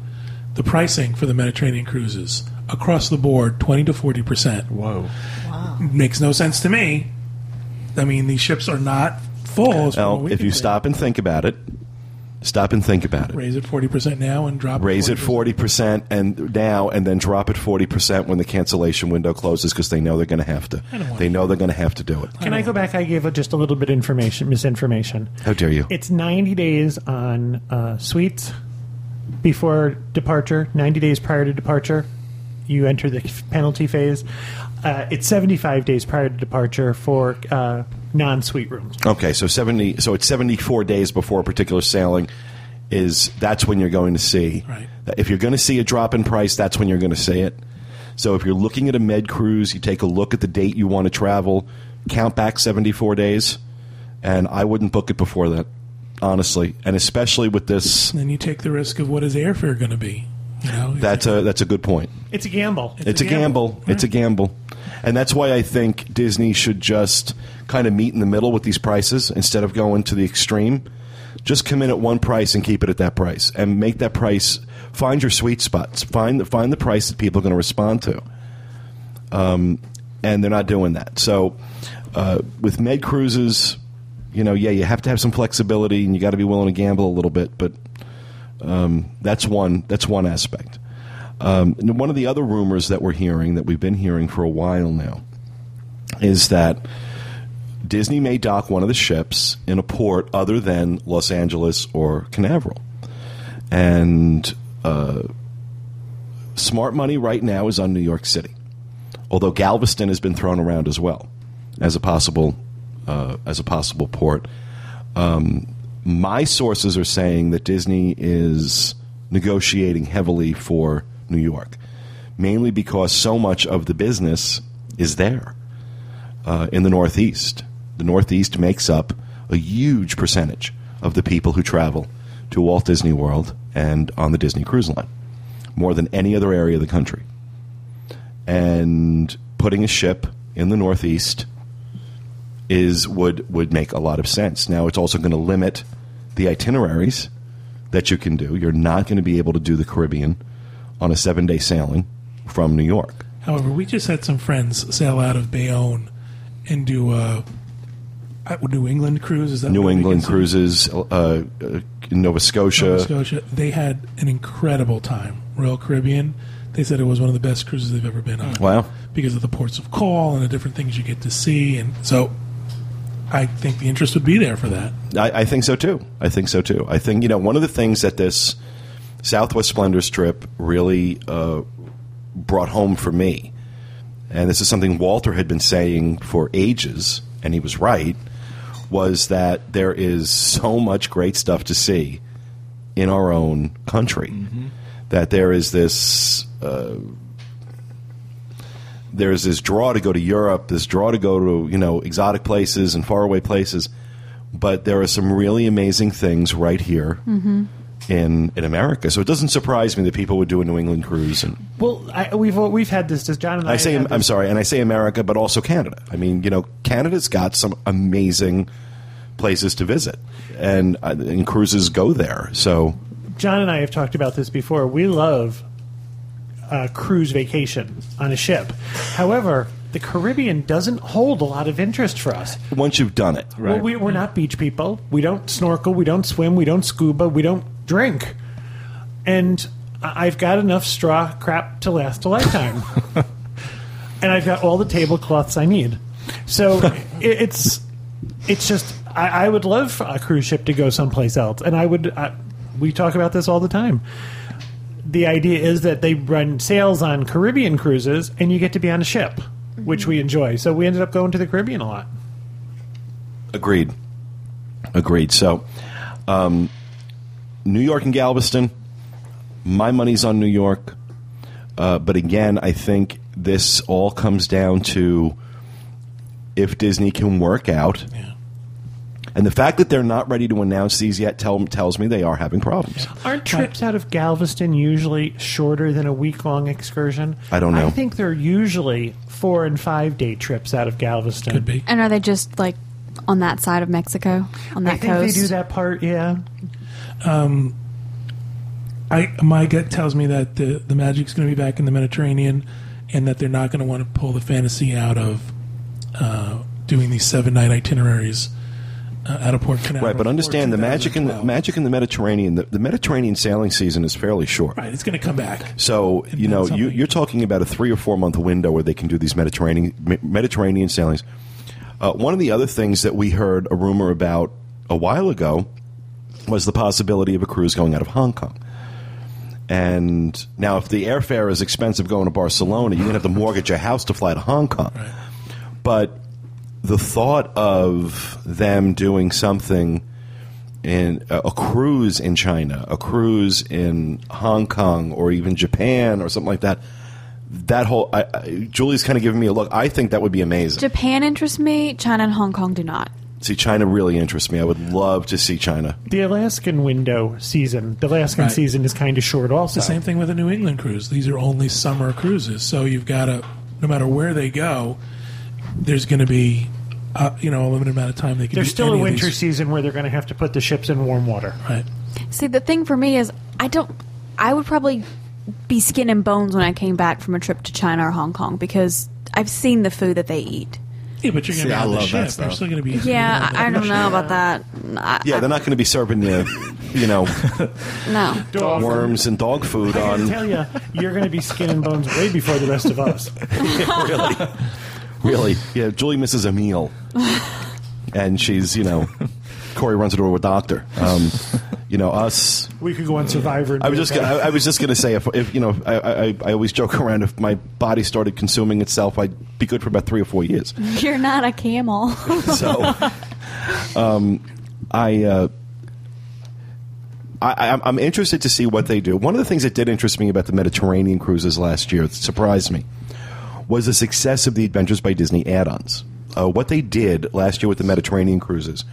B: the pricing for the Mediterranean cruises across the board 20 to 40%. Whoa. Wow. Makes no sense to me. I mean, these ships are not full. as from what
A: Now,
B: we
A: if
B: can
A: you
B: see.
A: stop and think about it, stop and think about it.
B: raise it 40% now and drop
A: Raise it
B: 40%.
A: forty percent and now, and then drop it forty percent when the cancellation window closes because they know they're going to have to.
F: I don't want
A: They know they're going to have to do it.
F: Can I go back? I gave just a little bit of information, misinformation.
A: How dare you?
F: It's 90 days on uh, suites before departure, 90 days prior to departure. You enter the penalty phase. Uh, it's 75 days prior to departure for uh, non-suite rooms.
A: Okay, so seventy. So it's seventy-four days before a particular sailing. Is that's when you're going to see. Right. If you're going to see a drop in price, that's when you're going to see it. So if you're looking at a med cruise, you take a look at the date you want to travel, count back seventy-four days, and I wouldn't book it before that, honestly. And especially with this,
B: And then you take the risk of what is airfare going to be. You know,
A: that's a that's a good point.
F: It's a gamble.
A: It's, a gamble. It's a gamble. And that's why I think Disney should just kind of meet in the middle with these prices instead of going to the extreme. Just come in at one price and keep it at that price and make that price find your sweet spots. Find the find the price that people are going to respond to. Um, and they're not doing that. So uh, with med cruises, you know, yeah, you have to have some flexibility and you got to be willing to gamble a little bit, but um, that's one that's one aspect. Um, and one of the other rumors that we're hearing that we've been hearing for a while now is that Disney may dock one of the ships in a port other than Los Angeles or Canaveral, and uh, smart money right now is on New York City, although Galveston has been thrown around as well as a possible uh, as a possible port. Um, my sources are saying that Disney is negotiating heavily for New York, mainly because so much of the business is there uh, in the Northeast. The Northeast makes up a huge percentage of the people who travel to Walt Disney World and on the Disney Cruise Line, more than any other area of the country. And putting a ship in the Northeast is would would make a lot of sense. Now it's also going to limit the itineraries that you can do. You're not going to be able to do the Caribbean on a seven day sailing from New York.
B: However, we just had some friends sail out of Bayonne and do a a New England cruise. Is that
A: New
B: what we
A: England uh,
B: consider-
A: cruises, uh, uh, Nova Scotia.
B: Nova Scotia. They had an incredible time. Royal Caribbean. They said it was one of the best cruises they've ever been on.
A: Wow.
B: Because of the ports of call and the different things you get to see, and so I think the interest would be there for that.
A: I, I think so too. I think so too. I think you know one of the things that this Southwest Splendors trip really uh, brought home for me, and this is something Walter had been saying for ages, and he was right, was that there is so much great stuff to see in our own country that there is this. Uh, there's this draw to go to Europe, this draw to go to you know exotic places and faraway places, but there are some really amazing things right here
F: Mm-hmm.
A: in in America. So it doesn't surprise me that people would do a New England cruise. And
F: Well, I, we've we've had this. Does John and I?
A: I say
F: have
A: I'm
F: this-
A: sorry, and I say America, but also Canada. I mean, you know, Canada's got some amazing places to visit, and uh, and cruises go there. So
F: John and I have talked about this before. We love a cruise vacation on a ship. However, the Caribbean doesn't hold a lot of interest for us.
A: once you've done it,
F: Well, we, we're not beach people. We don't snorkel. We don't swim. We don't scuba. We don't drink. And I- I've got enough straw crap to last a lifetime. and I've got all the tablecloths I need. So i it's it's just I, I would love for a cruise ship to go someplace else, and I would. I, we talk about this all the time. The idea is that they run sales on Caribbean cruises, and you get to be on a ship, which we enjoy. So we ended up going to the Caribbean a lot.
A: Agreed. Agreed. So, um, New York and Galveston, my money's on New York. Uh, but again, I think this all comes down to if Disney can work out. And the fact that they're not ready to announce these yet tell, tells me they are having problems.
F: Aren't trips out of Galveston usually shorter than a week long excursion?
A: I don't know.
F: I think they're usually four and five day trips out of Galveston. Could
B: be.
D: And are they just like on that side of Mexico, on that
F: I think
D: coast?
F: they do that part, yeah.
B: Um, I my gut tells me that the the Magic's going to be back in the Mediterranean, and that they're not going to want to pull the fantasy out of uh, doing these seven night itineraries uh, out of Port Canaveral.
A: Right, but understand the magic in the magic in the Mediterranean. The, the Mediterranean sailing season is fairly short.
B: Right, it's going to come back.
A: So you know you, you're talking about a three or four month window where they can do these Mediterranean Me- Mediterranean sailings. Uh, one of the other things that we heard a rumor about a while ago was the possibility of a cruise going out of Hong Kong, And now, if the airfare is expensive going to Barcelona, you're going to have to mortgage your house to fly to Hong Kong. But the thought of them doing something in uh, a, a cruise in China, a cruise in Hong Kong, or even Japan, or something like that. That whole I, I, Julie's kind of giving me a look. I think that would be amazing.
D: Japan interests me. China and Hong Kong do not.
A: See, China really interests me. I would love to see China.
F: The Alaskan window season, the Alaskan
B: Right.
F: season is kind of short also.
B: The same thing with a New England cruise. These are only summer cruises, so you've got to, no matter where they go, there's going to be, uh, you know, a limited amount of time they can.
F: There's
B: do
F: still
B: any
F: a
B: of
F: winter
B: these.
F: season where they're going to have to put the ships in warm water.
B: Right.
D: See, the thing for me is, I don't. I would probably be skin and bones when I came back from a trip to China or Hong Kong because I've seen the food that they eat.
B: Yeah, but you're going to
C: See,
B: be
C: I
B: on the
C: love that
B: ship. They're
C: stuff.
B: still going to be.
D: Yeah, I, I don't know about that.
A: Yeah, they're not going to be serving you, you know,
D: No.
A: worms and dog food
F: I
A: on.
F: tell you, you're going to be skin and bones way before the rest of us.
A: really, really. Yeah, Julie misses a meal, and she's you know, Corey runs into her with doctor. Um, you know us.
F: We could go on Survivor. And
A: I
F: do
A: was just
F: it
A: gonna,
F: back.
A: I, I was just gonna say if, if you know I, I, I always joke around if my body started consuming itself I'd be good for about three or four years.
D: You're not a camel.
A: So, um, I, uh, I, I'm- I'm interested to see what they do. One of the things that did interest me about the Mediterranean cruises last year that surprised me was the success of the Adventures by Disney add-ons. Uh, what they did last year with the Mediterranean cruises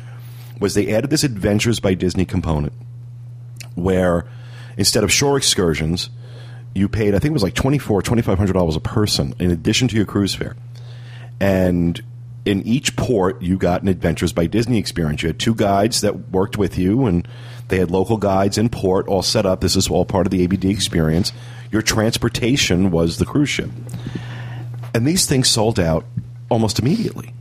A: was they added this Adventures by Disney component, where instead of shore excursions, you paid I think it was like twenty four, twenty five hundred dollars a person in addition to your cruise fare and in each port you got an adventures by disney experience you had two guides that worked with you and they had local guides in port all set up this is all part of the abd experience your transportation was the cruise ship and these things sold out almost immediately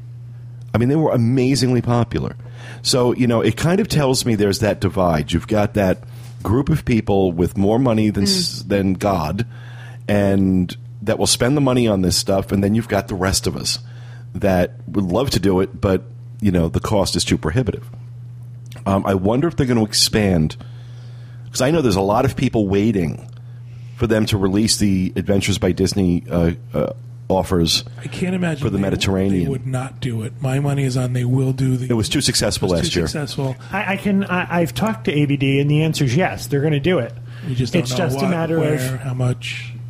A: i mean they were amazingly popular so you know it kind of tells me there's that divide you've got that group of people with more money than s than god and that will spend the money on this stuff, and then you've got the rest of us that would love to do it, but you know the cost is too prohibitive. Um, I wonder if they're going to expand because I know there's a lot of people waiting for them to release the Adventures by Disney uh, uh, offers.
B: I can't imagine
A: For the
B: they-
A: Mediterranean.
B: They would not do it. My money is on they will do the.
A: It was too successful
B: It was
A: last
B: too
A: year.
B: Successful.
F: I, I can. I, I've talked to ABD, and the answer is yes. They're going to do it.
B: We just don't
F: it's
B: know
F: just
B: what,
F: a matter
B: where, how much.
F: of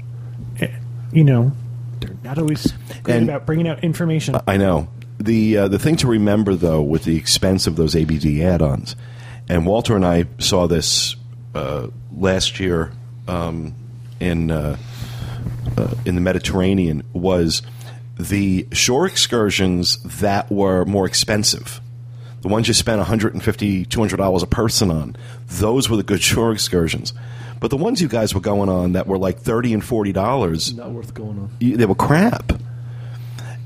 F: you know they're not always great
A: And-
F: about bringing out information.
A: I know. The uh, the thing to remember though, with the expense of those ABD add-ons, and Walter and I saw this uh, last year um, in uh, uh, in the Mediterranean was the shore excursions that were more expensive. The ones you spent 150 $200 a person on, those were the good shore excursions. But the ones you guys were going on that were like 30 and $40,
H: Not worth going on.
A: you- they were crap.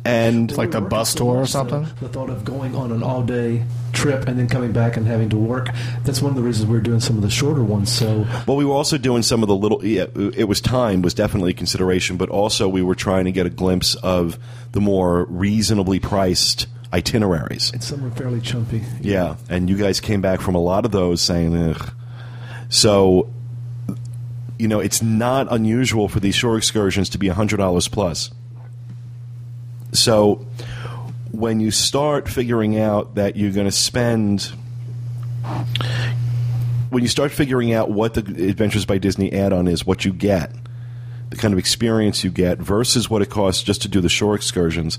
A: And
C: It's like the bus tour or something.
H: The thought of going on an all-day trip and then coming back and having to work—that's one of the reasons we're doing some of the shorter ones. So
A: Well, we were also doing some of the little. Yeah, it was time was definitely a consideration, but also we were trying to get a glimpse of the more reasonably priced itineraries.
H: and some are fairly chumpy.
A: Yeah, and you guys came back from a lot of those saying, "Ugh." So, you know, it's not unusual for these shore excursions to be hundred dollars plus. So, when you start figuring out that you're going to spend when you start figuring out what the Adventures by Disney add-on is, what you get, the kind of experience you get versus what it costs just to do the shore excursions,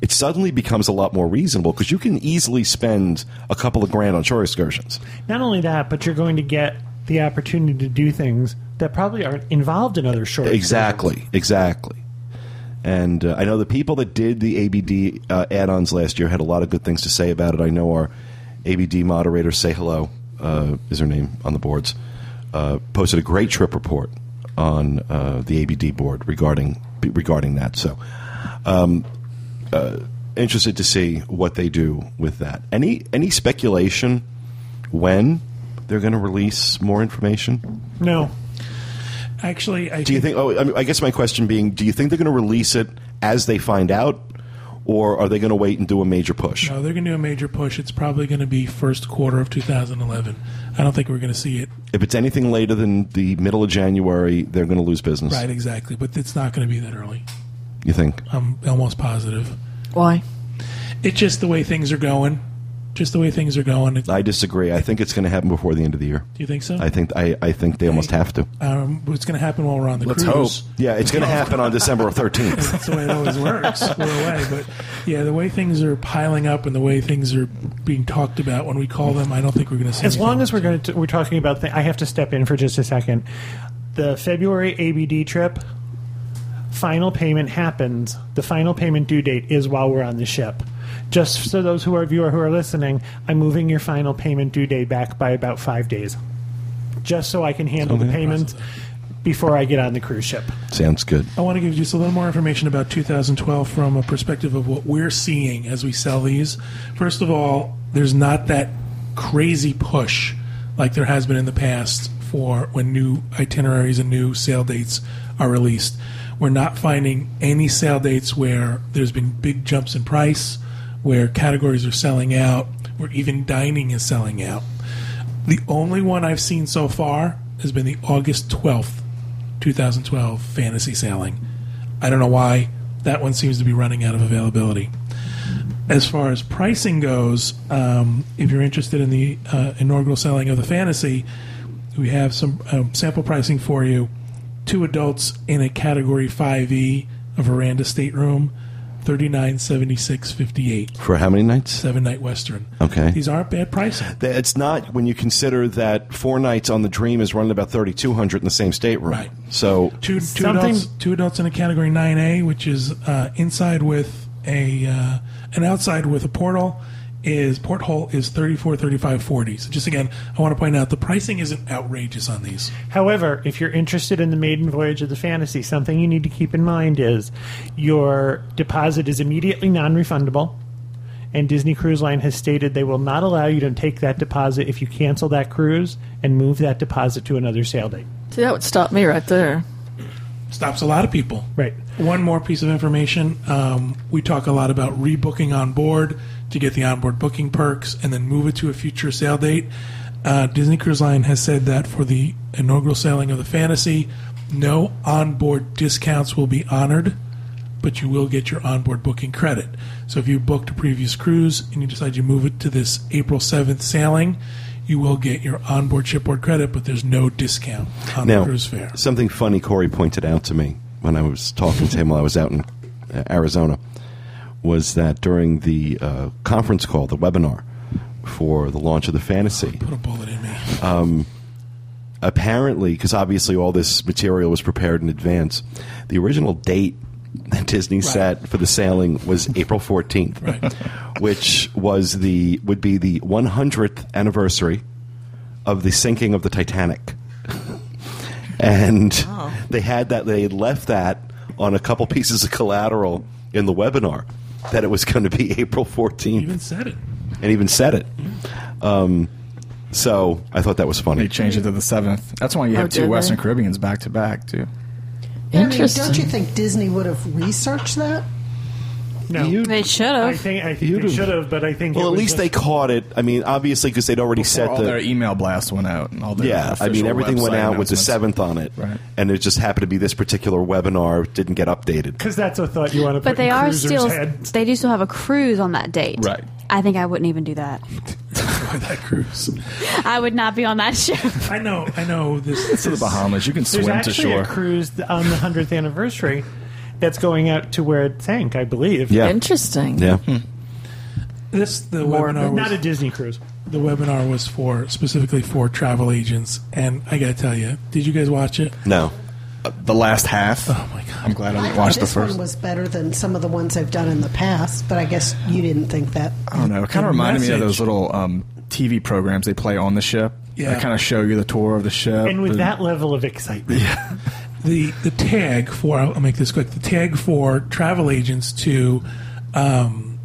A: it suddenly becomes a lot more reasonable because you can easily spend a couple of grand on shore excursions.
F: Not only that, but you're going to get the opportunity to do things that probably aren't involved in other short.
A: Exactly, exactly. And uh, I know the people that did the ABD uh, add-ons last year had a lot of good things to say about it. I know our ABD moderator, say hello, uh, is her name on the boards, uh, posted a great trip report on uh, the ABD board regarding regarding that. So, um, uh, interested to see what they do with that. Any any speculation when they're going to release more information?
F: No,
B: Actually, I
A: Do you think? Oh, I, mean, I guess my question being: Do you think they're going to release it as they find out, or are they going to wait and do a major push?
B: No, they're going to do a major push. It's probably going to be first quarter of 2011. I don't think we're going to see it
A: If it's anything later than the middle of January, they're going to lose business.
B: right exactly, but it's not going to be that early.
A: You think?
B: I'm almost positive.
E: Why?
B: It's just the way things are going. Just the way things are going. It-
A: I disagree. I think it's going to happen before the end of the year.
B: Do you think so?
A: I think I, I think they almost have to.
B: Um, it's going to happen while we're on the
C: Let's
B: cruise.
C: hope.
A: Yeah, it's going to happen on December thirteenth.
B: That's the way it always works. We're away, but yeah, the way things are piling up and the way things are being talked about when we call them, I don't think we're going to see.
F: As long
B: anything.
F: as we're going to, we're talking about, th- I have to step in for just a second. The February ABD trip, final payment happens. The final payment due date is while we're on the ship. Just so those who are viewer who are listening, I'm moving your final payment due date back by about five days, just so I can handle the payment before I get on the cruise ship.
A: Sounds good.
B: I want to give you just a little more information about 2012 from a perspective of what we're seeing as we sell these. First of all, there's not that crazy push like there has been in the past for when new itineraries and new sale dates are released. We're not finding any sale dates where there's been big jumps in price, where categories are selling out, where even dining is selling out. The only one I've seen so far has been the August 12th, 2012 fantasy sailing. I don't know why. That one seems to be running out of availability. As far as pricing goes, um, if you're interested in the uh, inaugural selling of the fantasy, we have some um, sample pricing for you. Two adults in a category 5e, a veranda stateroom, 3976.58,
A: For how many nights?
B: seven night western.
A: Okay.
B: These aren't bad pricing.
A: That- It's not when you consider that four nights on the Dream is running about thirty two hundred in the same stateroom.
B: Right.
A: So
B: two two
F: Something-
B: adults two adults in a category nine A, which is uh, inside with a uh, an outside with a portal is porthole is 34 35 40 so just again i want to point out the pricing isn't outrageous on these
F: However, if you're interested in the maiden voyage of the fantasy, something you need to keep in mind is your deposit is immediately non refundable, and Disney Cruise Line has stated they will not allow you to take that deposit if you cancel that cruise and move that deposit to another sale date.
E: See, that would stop me right there.
B: stops a lot of people
F: Right.
B: one more piece of information um, we talk a lot about rebooking on board to get the onboard booking perks and then move it to a future sale date uh, disney cruise line has said that for the inaugural sailing of the fantasy no onboard discounts will be honored but you will get your onboard booking credit. So if you booked a previous cruise and you decide you move it to this April 7th sailing, you will get your onboard shipboard credit, but there's no discount on the
A: now
B: cruise fare.
A: something funny Corey pointed out to me when I was talking to him while I was out in uh, Arizona was that during the uh, conference call, the webinar for the launch of the fantasy,
B: Put a bullet in me.
A: apparently, because obviously all this material was prepared in advance, the original date that Disney set for the sailing was April 14th,
B: Right.
A: which was the would be the 100th anniversary of the sinking of the Titanic. and they had that they had left that on a couple pieces of collateral in the webinar that it was going to be April 14th
B: Even Mm. said it.
A: and even said it. Um, so I thought that was funny.
C: They changed it to the seventh. That's why you have
E: Oh,
C: two
E: did they?
C: Western Caribbeans back to back too.
G: I mean,
E: Interesting.
G: don't you think Disney would have researched that?
F: No.
E: They should
F: I
E: have.
F: think, I think they
A: You'd-
F: should have, but I think.
A: Well,
F: it
A: at
F: was
A: least
F: just-
A: they caught it. I mean, obviously, because they'd already
C: Before
A: set
C: all
A: the.
C: their email blasts went out and all their
A: yeah, I mean,
C: official
A: everything went
C: website
A: out with the
C: announcements.
A: seventh on it,
C: Right.
A: and it just happened to be this particular webinar didn't get updated.
F: Because that's a thought you want to put
D: But they
F: in
D: are
F: cruisers'
D: still
F: head.
D: they do still have a cruise on that date.
C: Right.
D: I think I wouldn't even do that.
B: Boy, that cruise.
D: I would not be on that ship.
B: I know, I know this.
C: It's to the Bahamas. You can
F: There's
C: swim to
F: actually
C: shore.
F: a cruise on the 100th anniversary that's going out to where it sank, I believe.
A: Yeah,
E: Interesting.
A: yeah.
C: Hmm.
B: This, the
E: Morbid.
B: webinar was,
F: Not a Disney cruise.
B: the webinar was for, specifically for travel agents. And I got to tell you, did you guys watch it?
A: No,
C: the last half.
B: Oh, my God.
C: I'm glad I
G: I
C: didn't
G: thought
C: watch the
G: this
C: first.
G: one was better than some of the ones I've done in the past, but I guess you didn't think that.
C: I don't know. It kind
B: The
C: of reminded me of
B: message.
C: those little um, TV programs they play on the ship.
B: Yeah.
C: They kind of show you the tour of the ship.
F: And with that level of excitement.
B: the the tag for I'll make this quick. The tag for travel agents to um,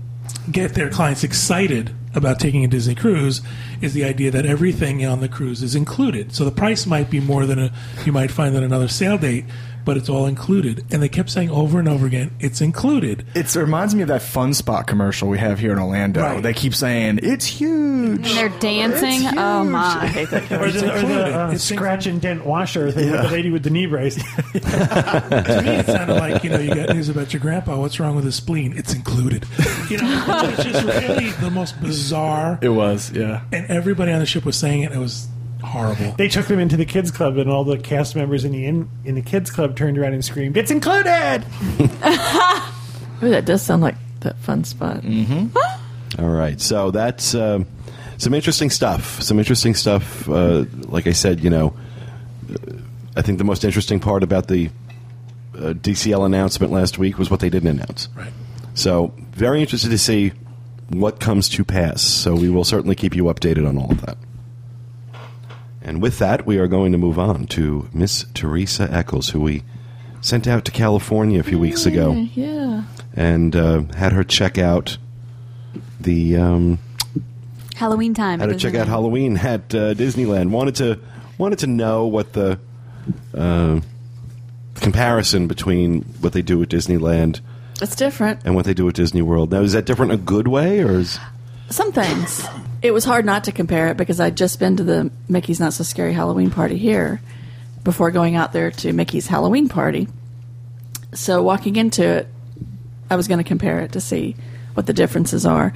B: get their clients excited about taking a Disney cruise is the idea that everything on the cruise is included. So the price might be more than a, you might find on another sale date, but it's all included. And they kept saying over and over again, it's included.
C: It reminds me of that Fun Spot commercial we have here in Orlando.
B: Right.
C: They keep saying it's huge.
D: And they're dancing. Oh my!
F: Or the, or the uh,
B: It's
F: scratch and dent washer thing with the lady with the knee brace.
B: To me, it sounded like you know you got news about your grandpa. What's wrong with his spleen? It's included. You know, which is really the most bizarre.
C: It was, yeah.
B: And everybody on the ship was saying it. It was horrible.
F: They took them into the kids club, and all the cast members in the in, in the kids club turned around and screamed, "It's included!"
E: Ooh, that does sound like that fun spot.
A: Mm-hmm. All right, so that's um, some interesting stuff. Some interesting stuff. Uh, like I said, you know, uh, I think the most interesting part about the uh, DCL announcement last week was what they didn't announce.
B: Right.
A: So, very interested to see what comes to pass. So, we will certainly keep you updated on all of that. And with that, we are going to move on to Miss Teresa Eccles, who we sent out to California a few weeks ago
E: Yeah.
A: and uh, had her check out the um,
D: Halloween time.
A: had her
D: it is
A: check
D: in
A: out
D: there.
A: Halloween at uh, Disneyland. Wanted to wanted to know what the uh, comparison between what they do at Disneyland
E: It's different.
A: and what they do at Disney World. Now, is that different in a good way, or is
E: Some things. It was hard not to compare it because I'd just been to the Mickey's Not So Scary Halloween party here before going out there to Mickey's Halloween party. So walking into it, I was going to compare it to see what the differences are.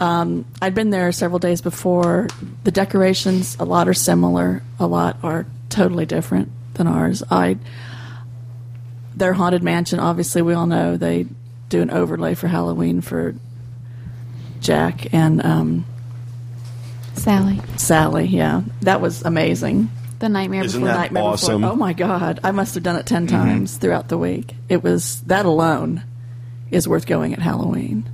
E: Um, I'd been there several days before. The decorations, a lot are similar, a lot are totally different than ours. I their haunted mansion, obviously, we all know they do an overlay for Halloween for Jack and um,
D: Sally,
E: Sally. Yeah, that was amazing.
D: the nightmare
A: Isn't
D: before
A: that-
E: Nightmare Before-
A: awesome.
E: Oh my God, I must have done it 10 times throughout the week. It was that alone is worth going at Halloween.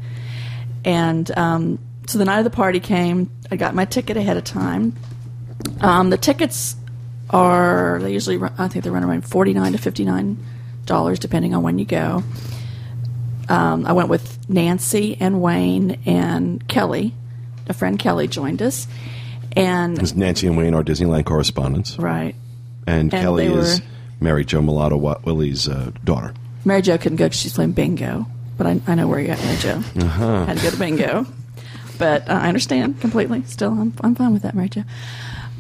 E: And um, so the night of the party came. I got my ticket ahead of time. Um, the tickets are they usually run, I think they run around forty nine to fifty nine dollars depending on when you go. Um, I went with Nancy and Wayne and Kelly. A friend Kelly joined us, and
A: is Nancy and Wayne our Disneyland correspondents,
E: right.
A: and,
E: And
A: Kelly
E: they
A: is
E: were-
A: Mary Jo Mulatto Wa- Willie's uh, daughter.
E: Mary Jo couldn't go because she's playing bingo. But I, I know where you're at, Mary Jo. Had to go to bingo. But uh, I understand completely. Still, I'm, I'm fine with that, Mary Jo.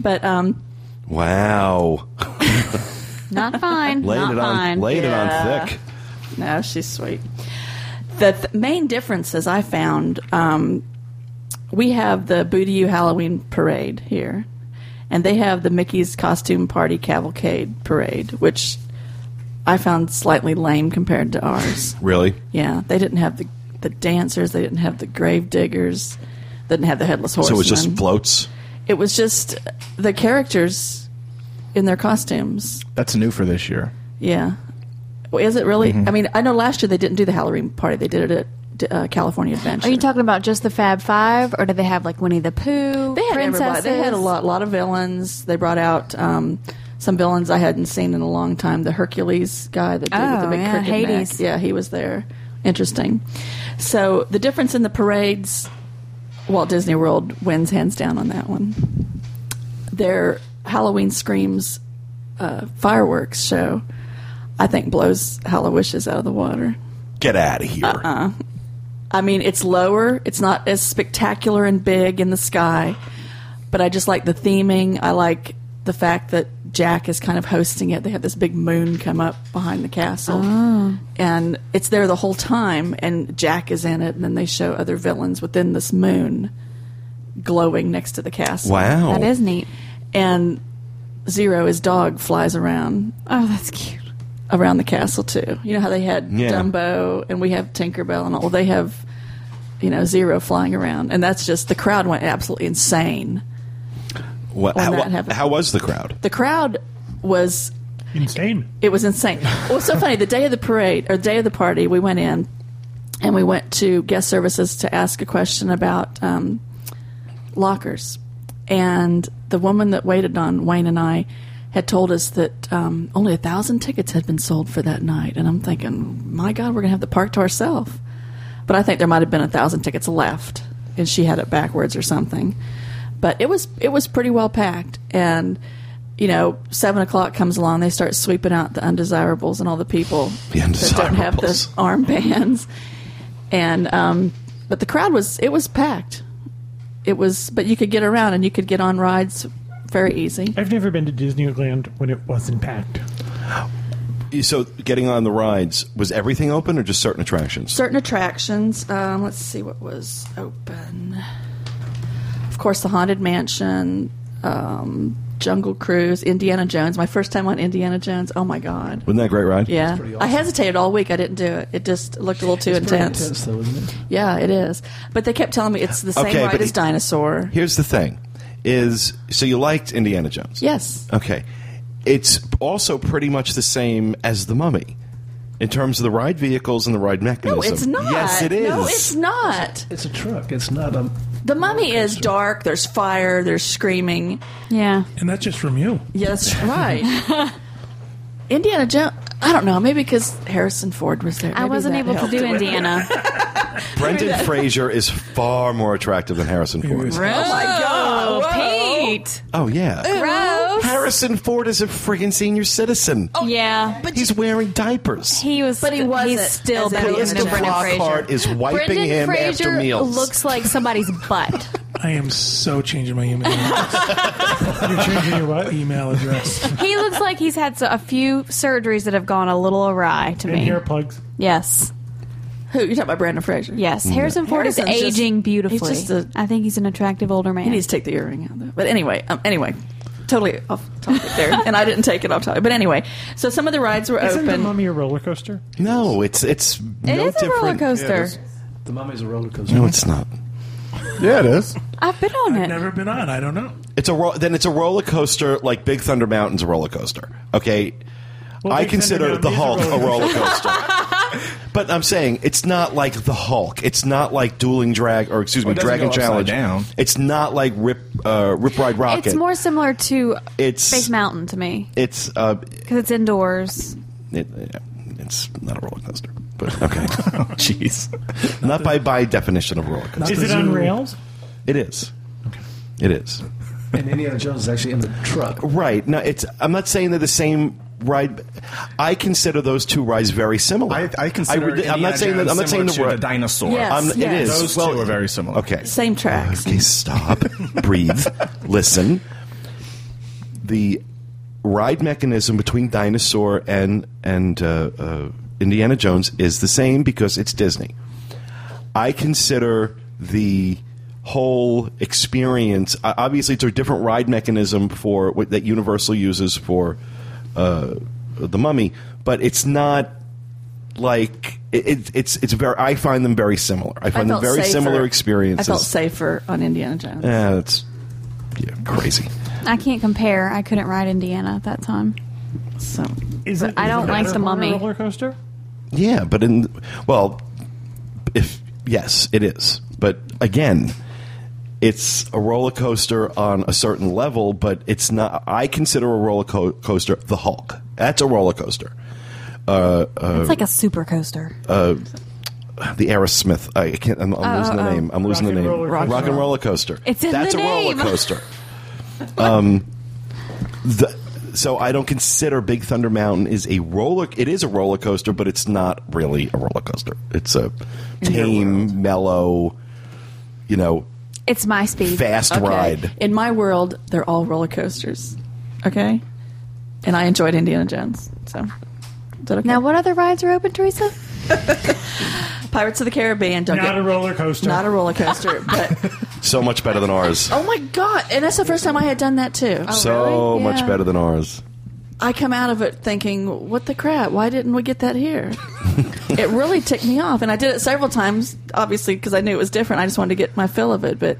E: But um,
A: Wow,
D: not fine.
A: laid
D: not
A: it on
D: fine.
A: laid it
E: Yeah.
A: on thick.
E: no, she's sweet. The th- main differences I found um, we have the Booty You Halloween parade here, and they have the Mickey's Costume Party Cavalcade parade, which I found slightly lame compared to ours.
A: Really,
E: Yeah, they didn't have the the dancers. They didn't have the grave diggers. They didn't have the headless
A: so
E: horseman.
A: it was just floats.
E: It was just the characters in their costumes.
C: That's new for this year.
E: Yeah, well, is it really?
A: Mm-hmm.
E: I mean, I know last year they didn't do the Halloween party. They did it at uh, California Adventure.
D: Are you talking about just the Fab Five, or do they have like Winnie the Pooh?
E: They had
D: princesses?
E: everybody. They had a lot, lot of villains. They brought out um, some villains I hadn't seen in a long time. The Hercules guy, the dude with the
D: Oh,
E: big
D: yeah,
E: crooked neck.
D: Hades.
E: Yeah, he was there. Interesting. So the difference in the parades, Walt Disney World wins hands down on that one. Their Halloween screams uh, fireworks show, I think, blows Hallowishes out of the water.
A: Get out of here.
G: Uh-uh.
E: I mean, it's lower. It's not as spectacular and big in the sky, but I just like the theming. I like the fact that Jack is kind of hosting it. They have this big moon come up behind the castle, and it's there the whole time. And Jack is in it, and then they show other villains within this moon glowing next to the castle.
A: Wow,
D: That is neat.
E: And Zero, his dog, flies around
D: Oh, that's cute.
E: around the castle too. You know how they had
A: Yeah.
E: Dumbo and we have Tinkerbell and all. Well, They have you know zero flying around, and that's just the crowd went absolutely insane.
A: What,
E: on
A: how,
E: that happened.
A: how was the crowd?
E: The crowd was
F: Insane.
E: it was insane. It was so funny. The day of the parade or day of the party, we went in and we went to guest services to ask a question about um, lockers. And the woman that waited on Wayne and I had told us that um, only a thousand tickets had been sold for that night. And I'm thinking, my God, we're gonna have the park to ourselves. But I think there might have been a thousand tickets left, and she had it backwards or something. But it was it was pretty well packed, and you know, seven o'clock comes along, they start sweeping out the undesirables and all the people
A: The
E: that don't have the
A: undesirables.
E: armbands. And um, but the crowd was it was packed. It was, but you could get around and you could get on rides very easy.
F: I've never been to Disneyland when it wasn't packed.
A: So getting on the rides was everything open or just certain attractions?
E: Certain attractions. Um, let's see what was open. Of course, the Haunted Mansion, um, Jungle Cruise, Indiana Jones. My first time on Indiana Jones. Oh my God.
A: Wasn't that a great ride?
E: Yeah,
H: pretty
E: I
H: awesome.
E: hesitated all week. I didn't do it. It just looked a little too
H: It's pretty
E: intense.
H: intense, though, isn't it?
E: Yeah, it is. But they kept telling me it's the same
A: Okay,
E: ride
A: but
E: as
A: it-
E: Dinosaur.
A: Here's the thing: is so you liked Indiana Jones?
E: Yes,
A: Okay. It's also pretty much the same as the Mummy in terms of the ride vehicles and the ride mechanism.
E: no, it's not.
A: Yes, it is.
E: No, it's not.
H: It's a truck. It's not a.
E: The Mummy is dark. There's fire. There's screaming.
D: Yeah.
B: And that's just from you.
E: Yes, right. Indiana Jones. I don't know. Maybe because Harrison Ford was there.
D: I
E: Maybe
D: wasn't
E: that
D: able
E: helped.
D: to do Indiana.
A: Brendan Fraser is far more attractive than Harrison Ford.
E: Oh my God! Whoa.
D: Pete.
A: Oh yeah.
D: Gross.
A: Harrison Ford is a friggin' senior citizen.
D: yeah. But
A: He's wearing diapers.
D: he was
E: Oh. But he wasn't
D: he's still
E: as
D: better
E: Indiana
D: than
A: Calista
E: Brendan
D: Brendan
A: Flockhart
D: Fraser.
A: is wiping
D: Brendan
A: him
D: Fraser
A: after meals.
D: looks like somebody's butt.
B: I am so changing my email address.
F: You're changing your what?
B: email address.
D: he looks like he's had so- a few surgeries that have gone a little awry to
F: And
D: me.
F: ear plugs.
D: Yes.
E: Who you talking about? Brandon Fraser.
D: Yes. Harrison Ford
E: Harrison's
D: is
E: just-
D: aging
E: he's
D: beautifully.
E: just a-
D: I think he's an attractive older man.
E: He needs to take the earring out, though. But anyway, um, anyway, totally off topic there. and I didn't take it off topic. But anyway, so some of the rides were
F: Isn't the
E: open.
F: mummy a roller coaster?
A: no, it's it's
D: It
A: no
D: is a
A: different.
D: roller coaster.
H: The mummy's a roller coaster.
A: No, it's not.
C: Yeah, it is.
D: I've been on it.
B: Never been on. I don't know.
A: It's a ro- then it's a roller coaster like Big Thunder Mountain's a roller coaster. Okay,
F: Well,
A: I
F: Big Thunder
A: consider
F: Mountain
A: the
F: is a
A: Hulk a
F: roller
A: roller coaster. but I'm saying it's not like the Hulk. It's not like Dueling Drag or excuse
C: Well,
A: me,
C: it doesn't
A: Dragon
C: go
A: Challenge.
C: upside down.
A: It's not like Rip uh, Rip Ride Rocket.
D: It's more similar to
A: It's-
D: Space Mountain to me
A: It's uh,
D: because it's indoors.
A: it, it's not a roller coaster. But okay,
C: Jeez.
A: not by by definition of roller coaster.
F: Is it on rails?
A: It is. It is.
H: And Indiana Jones is actually in the truck.
A: Right. No, it's. I'm not saying they're the same ride. I consider those two rides very similar.
C: I, I consider.
A: would- I'm
C: Indiana
A: not saying that. I'm not
C: Jones
A: saying the
C: similar to
A: ri-
C: the dinosaur.
E: Yes.
A: I'm- It
E: Yes.
A: is.
C: Those
A: well,
C: two are very similar.
A: Okay.
E: Same tracks.
A: Okay. Stop. breathe. Listen. The ride mechanism between Dinosaur and and uh, uh, Indiana Jones is the same because it's Disney. I consider the whole experience. o- Obviously, it's a different ride mechanism for what- that Universal uses for uh, the Mummy, but it's not like it, it, it's it's very. I find them very similar. I
E: I
A: find them
E: felt
A: very
E: safer-
A: similar experiences.
E: I felt safer on Indiana Jones.
A: Yeah, that's yeah, crazy.
D: I can't compare. I couldn't ride Indiana at that time.
E: So
F: Is it,
D: I
F: is
D: don't
F: it
D: like
F: a
D: the mummy.
F: Roller coaster.
A: Yeah, but in well, if yes, it is. But again, it's a roller coaster on a certain level, but it's not. I consider a roller co- coaster the Hulk. That's a roller coaster.
D: it's like a super coaster.
A: The Aerosmith. I can't. I'm, I'm losing the name. I'm losing
F: Rock
A: the
F: and
A: name.
F: roller
A: Rock
F: coaster.
A: and roller coaster.
D: Oh, It's in
A: That's
D: the
A: a
D: name.
A: roller coaster. um, the, so I don't consider Big Thunder Mountain is a roller. It is a roller coaster, but it's not really a roller coaster. It's a tame, mellow, you know,
D: it's my speed.
A: fast
E: okay.
A: ride.
E: In my world, they're all roller coasters. Okay, and I enjoyed Indiana Jones. So is that okay?
D: Now, what other rides are open, Teresa?
E: Pirates of the Caribbean. Don't
F: Not
E: get
F: a roller coaster.
E: not a roller coaster, but
A: So much better than ours.
E: oh my oh, god! And that's the first time I had done that too.
A: so
D: really?
A: much
D: Yeah.
A: better than ours.
E: I come out of it thinking, what the crap? Why didn't we get that here? it really ticked me off. And I did it several times, obviously, because I knew it was different. I just wanted to get my fill of it. But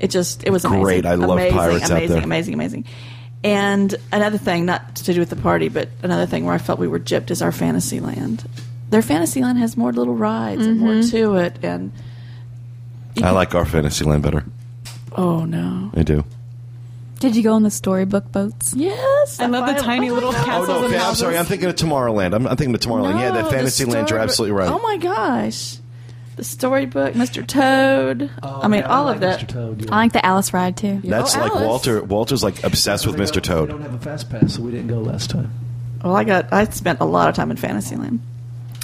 E: it just, it was amazing.
A: Great. I love
E: amazing,
A: pirates out
E: amazing,
A: there.
E: Amazing, amazing, And another thing, not to do with the party, but another thing where I felt we were gypped is our Fantasyland. Their Fantasyland has more little rides and
I: Mm-hmm.
E: more to it. And,
A: I like our Fantasyland better.
E: oh no.
A: I do.
D: Did you go on the storybook boats?
E: Yes.
I: I love the
E: finally-
I: tiny
E: Oh my
I: little
E: God.
I: castles
A: Oh,
I: and
A: okay, I'm
I: houses.
A: sorry. I'm thinking of Tomorrowland. I'm, I'm thinking of Tomorrowland. Oh, yeah,
E: No,
A: that
E: the Oh
A: Fantasyland. You're
E: storybook-
A: absolutely right.
E: Oh my gosh. The storybook, Mr. Toad. I mean,
D: Oh, yeah, I
E: all
D: like
E: of that.
D: Mr.
H: Toad,
D: I like the Alice ride too.
A: That's like Walter. Walter's like obsessed with
H: They
A: Mr.
H: don't-
A: Toad.
H: We don't have a fast pass, so we didn't go last time.
E: Well, I got I spent a lot of time in Fantasyland,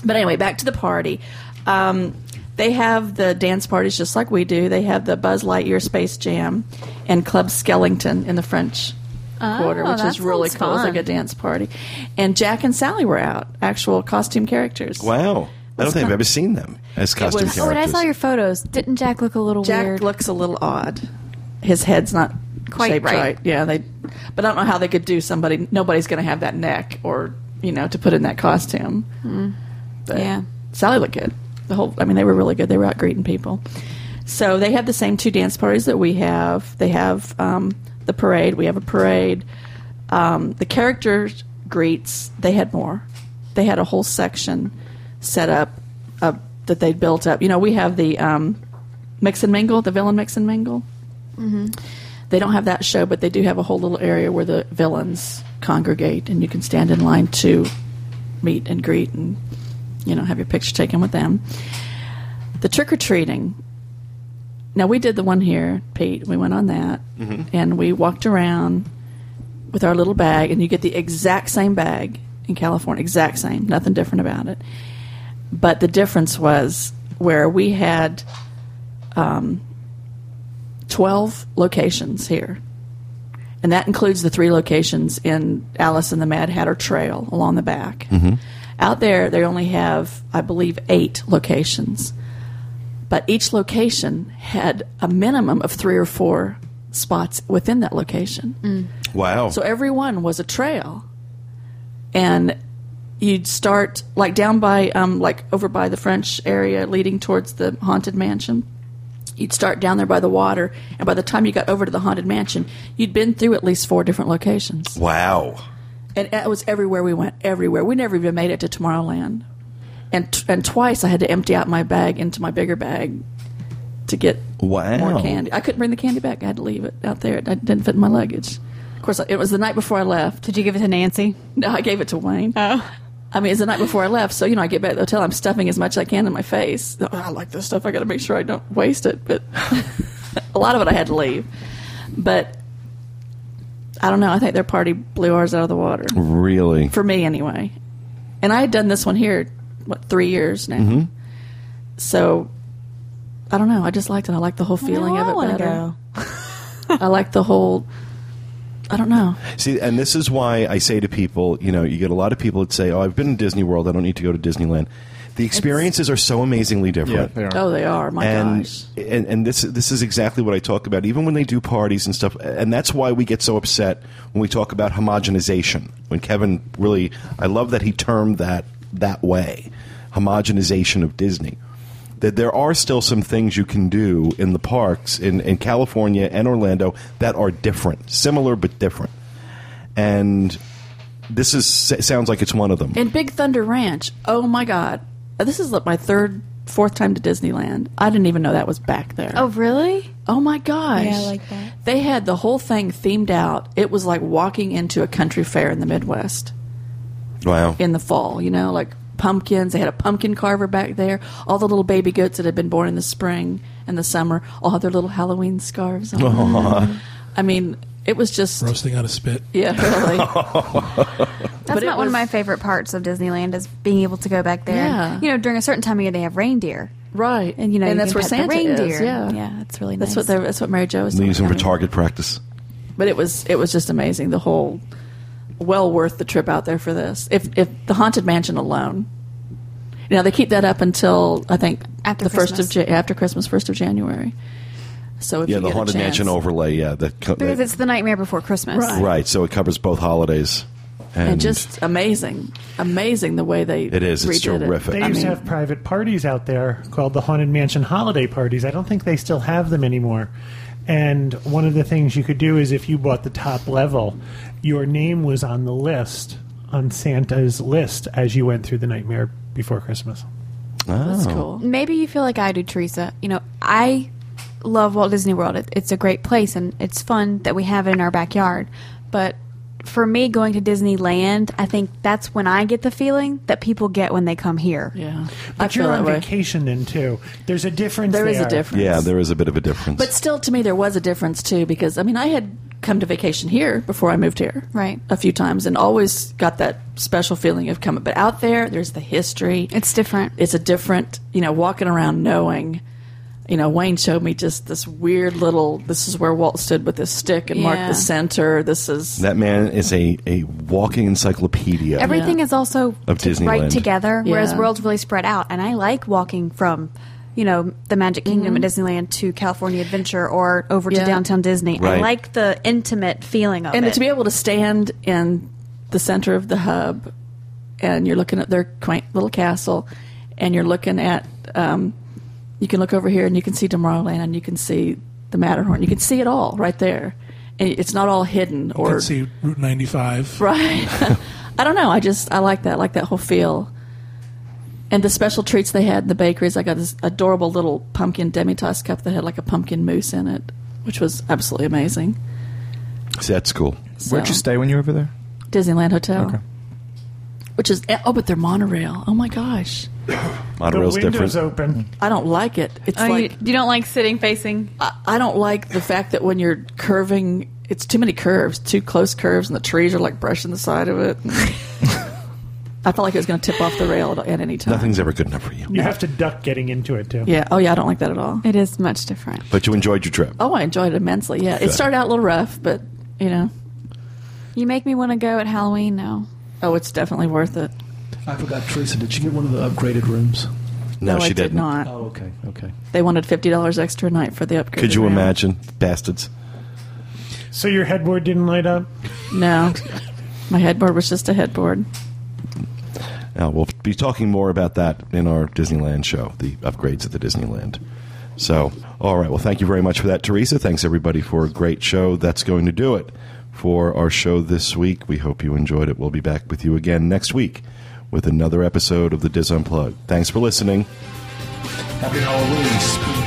E: but anyway, back to the party. Um, they have the dance parties just like we do. They have the Buzz Lightyear Space Jam and Club Skellington in the French
D: Oh,
E: Quarter, which
D: that
E: is really
D: sounds
E: cool. It's
D: fun.
E: like a dance party. And Jack and Sally were out, actual costume characters.
A: Wow. I don't
E: It's
A: think I've
E: not-
A: ever seen them as costume
E: was-
D: Oh, when I
A: characters.
D: saw your photos, didn't Jack look a little
E: Jack
D: weird?
E: looks a little odd. His head's not
D: Quite
E: shaped
D: right.
E: right. Yeah, they. But I don't know how they could do somebody. Nobody's going to have that neck, or you know, to put in that costume. But
D: Yeah.
E: Sally looked good. The whole. I mean, they were really good. They were out greeting people. So they have the same two dance parties that we have. They have um, the parade. We have a parade. Um, the characters greets. They had more. They had a whole section set up uh, that they built up. You know, we have the um, mix and mingle, the villain mix and mingle. They don't have that show, but they do have a whole little area where the villains congregate, and you can stand in line to meet and greet, and you know have your picture taken with them. The trick or treating. Now we did the one here, Pete. We went on that, and we walked around with our little bag, and you get the exact same bag in California, exact same, nothing different about it. But the difference was where we had 12 locations here. And that includes the three locations in Alice and the Mad Hatter Trail along the back. Out there, they only have, I believe, eight locations. But each location had a minimum of three or four spots within that location.
A: wow.
E: So every one was a trail. And you'd start like down by um, like over by the French area leading towards the haunted mansion. You'd start down there by the water, and by the time you got over to the haunted mansion, you'd been through at least four different locations.
A: wow.
E: And it was everywhere we went, everywhere. We never even made it to Tomorrowland. And t- and twice I had to empty out my bag into my bigger bag to get
A: Wow.
E: more candy. I couldn't bring the candy back. I had to leave it out there. It didn't fit in my luggage. Of course, it was the night before I left.
D: Did you give it to Nancy?
E: No, I gave it to Wayne.
D: Oh.
E: I mean, it's the night before I left, so you know, I get back to the hotel. I'm stuffing as much as I can in my face. Oh, I like this stuff. I got to make sure I don't waste it. But a lot of it I had to leave. But I don't know. I think their party blew ours out of the water
A: Really?
E: for me, anyway. And I had done this one here, what three years now. So I don't know. I just liked it. I like the whole feeling
D: I
E: of
D: wanna
E: it better. I like the whole. I don't know.
A: See, and this is why I say to people, you know, you get a lot of people that say, "Oh, I've been to Disney World. I don't need to go to Disneyland." The experiences are so amazingly different.
C: Yeah, they are.
E: Oh, they are. My
A: and,
E: gosh.
A: and and this this is exactly what I talk about. Even when they do parties and stuff, and that's why we get so upset when we talk about homogenization. When Kevin really, I love that he termed that that way, homogenization of Disney. That there are still some things you can do in the parks in, in California and Orlando that are different, similar but different. And this is sounds like it's one of them.
E: And Big Thunder Ranch. Oh my God, this is like my third, fourth time to Disneyland. I didn't even know that was back there.
D: Oh, really?
E: Oh my gosh.
D: Yeah, I like that.
E: They had the whole thing themed out. It was like walking into a country fair in the Midwest
A: wow.
E: in the fall. You know, like pumpkins. They had a pumpkin carver back there. All the little baby goats that had been born in the spring and the summer all had their little Halloween scarves on. I mean, it was just
B: roasting on a spit.
E: yeah, really.
D: That's
E: it
D: not one of
E: was-
D: my favorite parts of Disneyland is being able to go back there.
E: Yeah.
D: And, you know, during a certain time of year, they have reindeer,
E: right.
D: and you know, you
E: that's
D: can
E: where
D: pet
E: Santa
D: the reindeer.
E: is. Yeah.
D: yeah, it's really
E: That's
D: nice.
E: what they're, that's what Mary Jo was
A: Leaves them
E: telling
A: for
E: me.
A: target practice.
E: but it was it was just amazing the whole well worth the trip out there for this if if the haunted mansion alone you know they keep that up until i think
D: After
E: the first of
D: Christmas.
E: Ja- after christmas first of january so if
A: Yeah,
E: you
A: the
E: get a
A: haunted
E: chance-
A: mansion overlay. Yeah, that co-
D: because
A: that-
D: it's the nightmare before Christmas.
E: Right.
A: Right, so it covers both holidays. And,
E: and just amazing amazing the way they
A: It is, it's
E: redid it.
A: terrific.
F: They
A: I
F: used
A: mean-
F: to have private parties out there called the Haunted Mansion Holiday Parties. I don't think they still have them anymore. And one of the things you could do is if you bought the top level, your name was on the list, on Santa's list, as you went through the Nightmare Before Christmas.
E: that's
A: Oh.
E: cool
D: Maybe you feel like I do, Teresa. You know, I love Walt Disney World. It, it's a great place and it's fun that we have it in our backyard. But for me, going to Disneyland, I think that's when I get the feeling that people get when they come here.
E: Yeah.
F: But you're on vacation then too. There's a difference.
E: There
F: There
E: is a difference.
A: Yeah, there is a bit of a difference.
E: But still, to me, there was a difference too because I mean, I had come to vacation here before I moved here,
D: Right.
E: A few times, and always got that special feeling of coming. But out there, there's the history.
D: It's different.
E: It's a different, you know, walking around knowing. You know, Wayne showed me just this weird little. This is where Walt stood with his stick and marked
D: Yeah.
E: the center. This is
A: that man is a, a walking encyclopedia.
D: Everything is also
A: Of
D: t- right
A: Disneyland.
D: together, whereas
E: Yeah.
D: World's really spread out. And I like walking from, you know, the Magic Kingdom at Disneyland to California Adventure or over
E: Mm-hmm. Yeah.
D: to Downtown Disney. I
A: Right.
D: like the intimate feeling of
E: and
D: it.
E: to be able to stand in the center of the hub and you're looking at their quaint little castle and you're looking at um, you can look over here and you can see tomorrowland and you can see the matterhorn you can see it all right there and it's not all hidden
B: You
E: or
B: can see Route 95.
E: right i don't know i just i like that I like that whole feel and the special treats they had in the bakeries i got this adorable little pumpkin demi-tasse cup that had like a pumpkin mousse in it which was absolutely amazing
A: See, that's cool.
C: Where'd
E: So-
C: you stay when you were over there?
E: Disneyland Hotel.
C: Okay.
E: Which is oh, but they're monorail. Oh my gosh,
F: The
A: Monorail's
F: window's
A: different.
F: open.
E: I don't like it. It's
D: Oh, you-
E: like
D: you, don't like sitting facing.
E: I, I don't like the fact that when you're curving, it's too many curves, too close curves, and the trees are like brushing the side of it. I felt like it was going to tip off the rail at, at any time.
A: Nothing's ever good enough for you.
F: You have to duck getting into it too.
E: Yeah. Oh yeah, I don't like that at all.
D: It is much different.
A: But you enjoyed your trip.
E: Oh, I enjoyed it immensely. Yeah, it
A: Good.
E: started out a little rough, but you know,
D: You make me want to go at Halloween now.
E: oh, it's definitely worth it.
H: I forgot, Teresa, did she get one of the upgraded rooms?
A: no,
E: I
A: she
E: did
A: didn't.
E: not.
H: Oh, okay, okay.
E: They wanted fifty dollars extra a night for the upgrade.
A: Could you imagine, bastards?
F: So your headboard didn't light up.
E: No, my headboard was just a headboard.
A: Now, Uh, we'll be talking more about that in our Disneyland show, the upgrades at the Disneyland. So, all right. Well, thank you very much for that, Teresa. Thanks, everybody, for a great show. That's going to do it for our show this week. We hope you enjoyed it. We'll be back with you again next week with another episode of the Dis Unplugged. Thanks for listening.
H: Happy Halloween.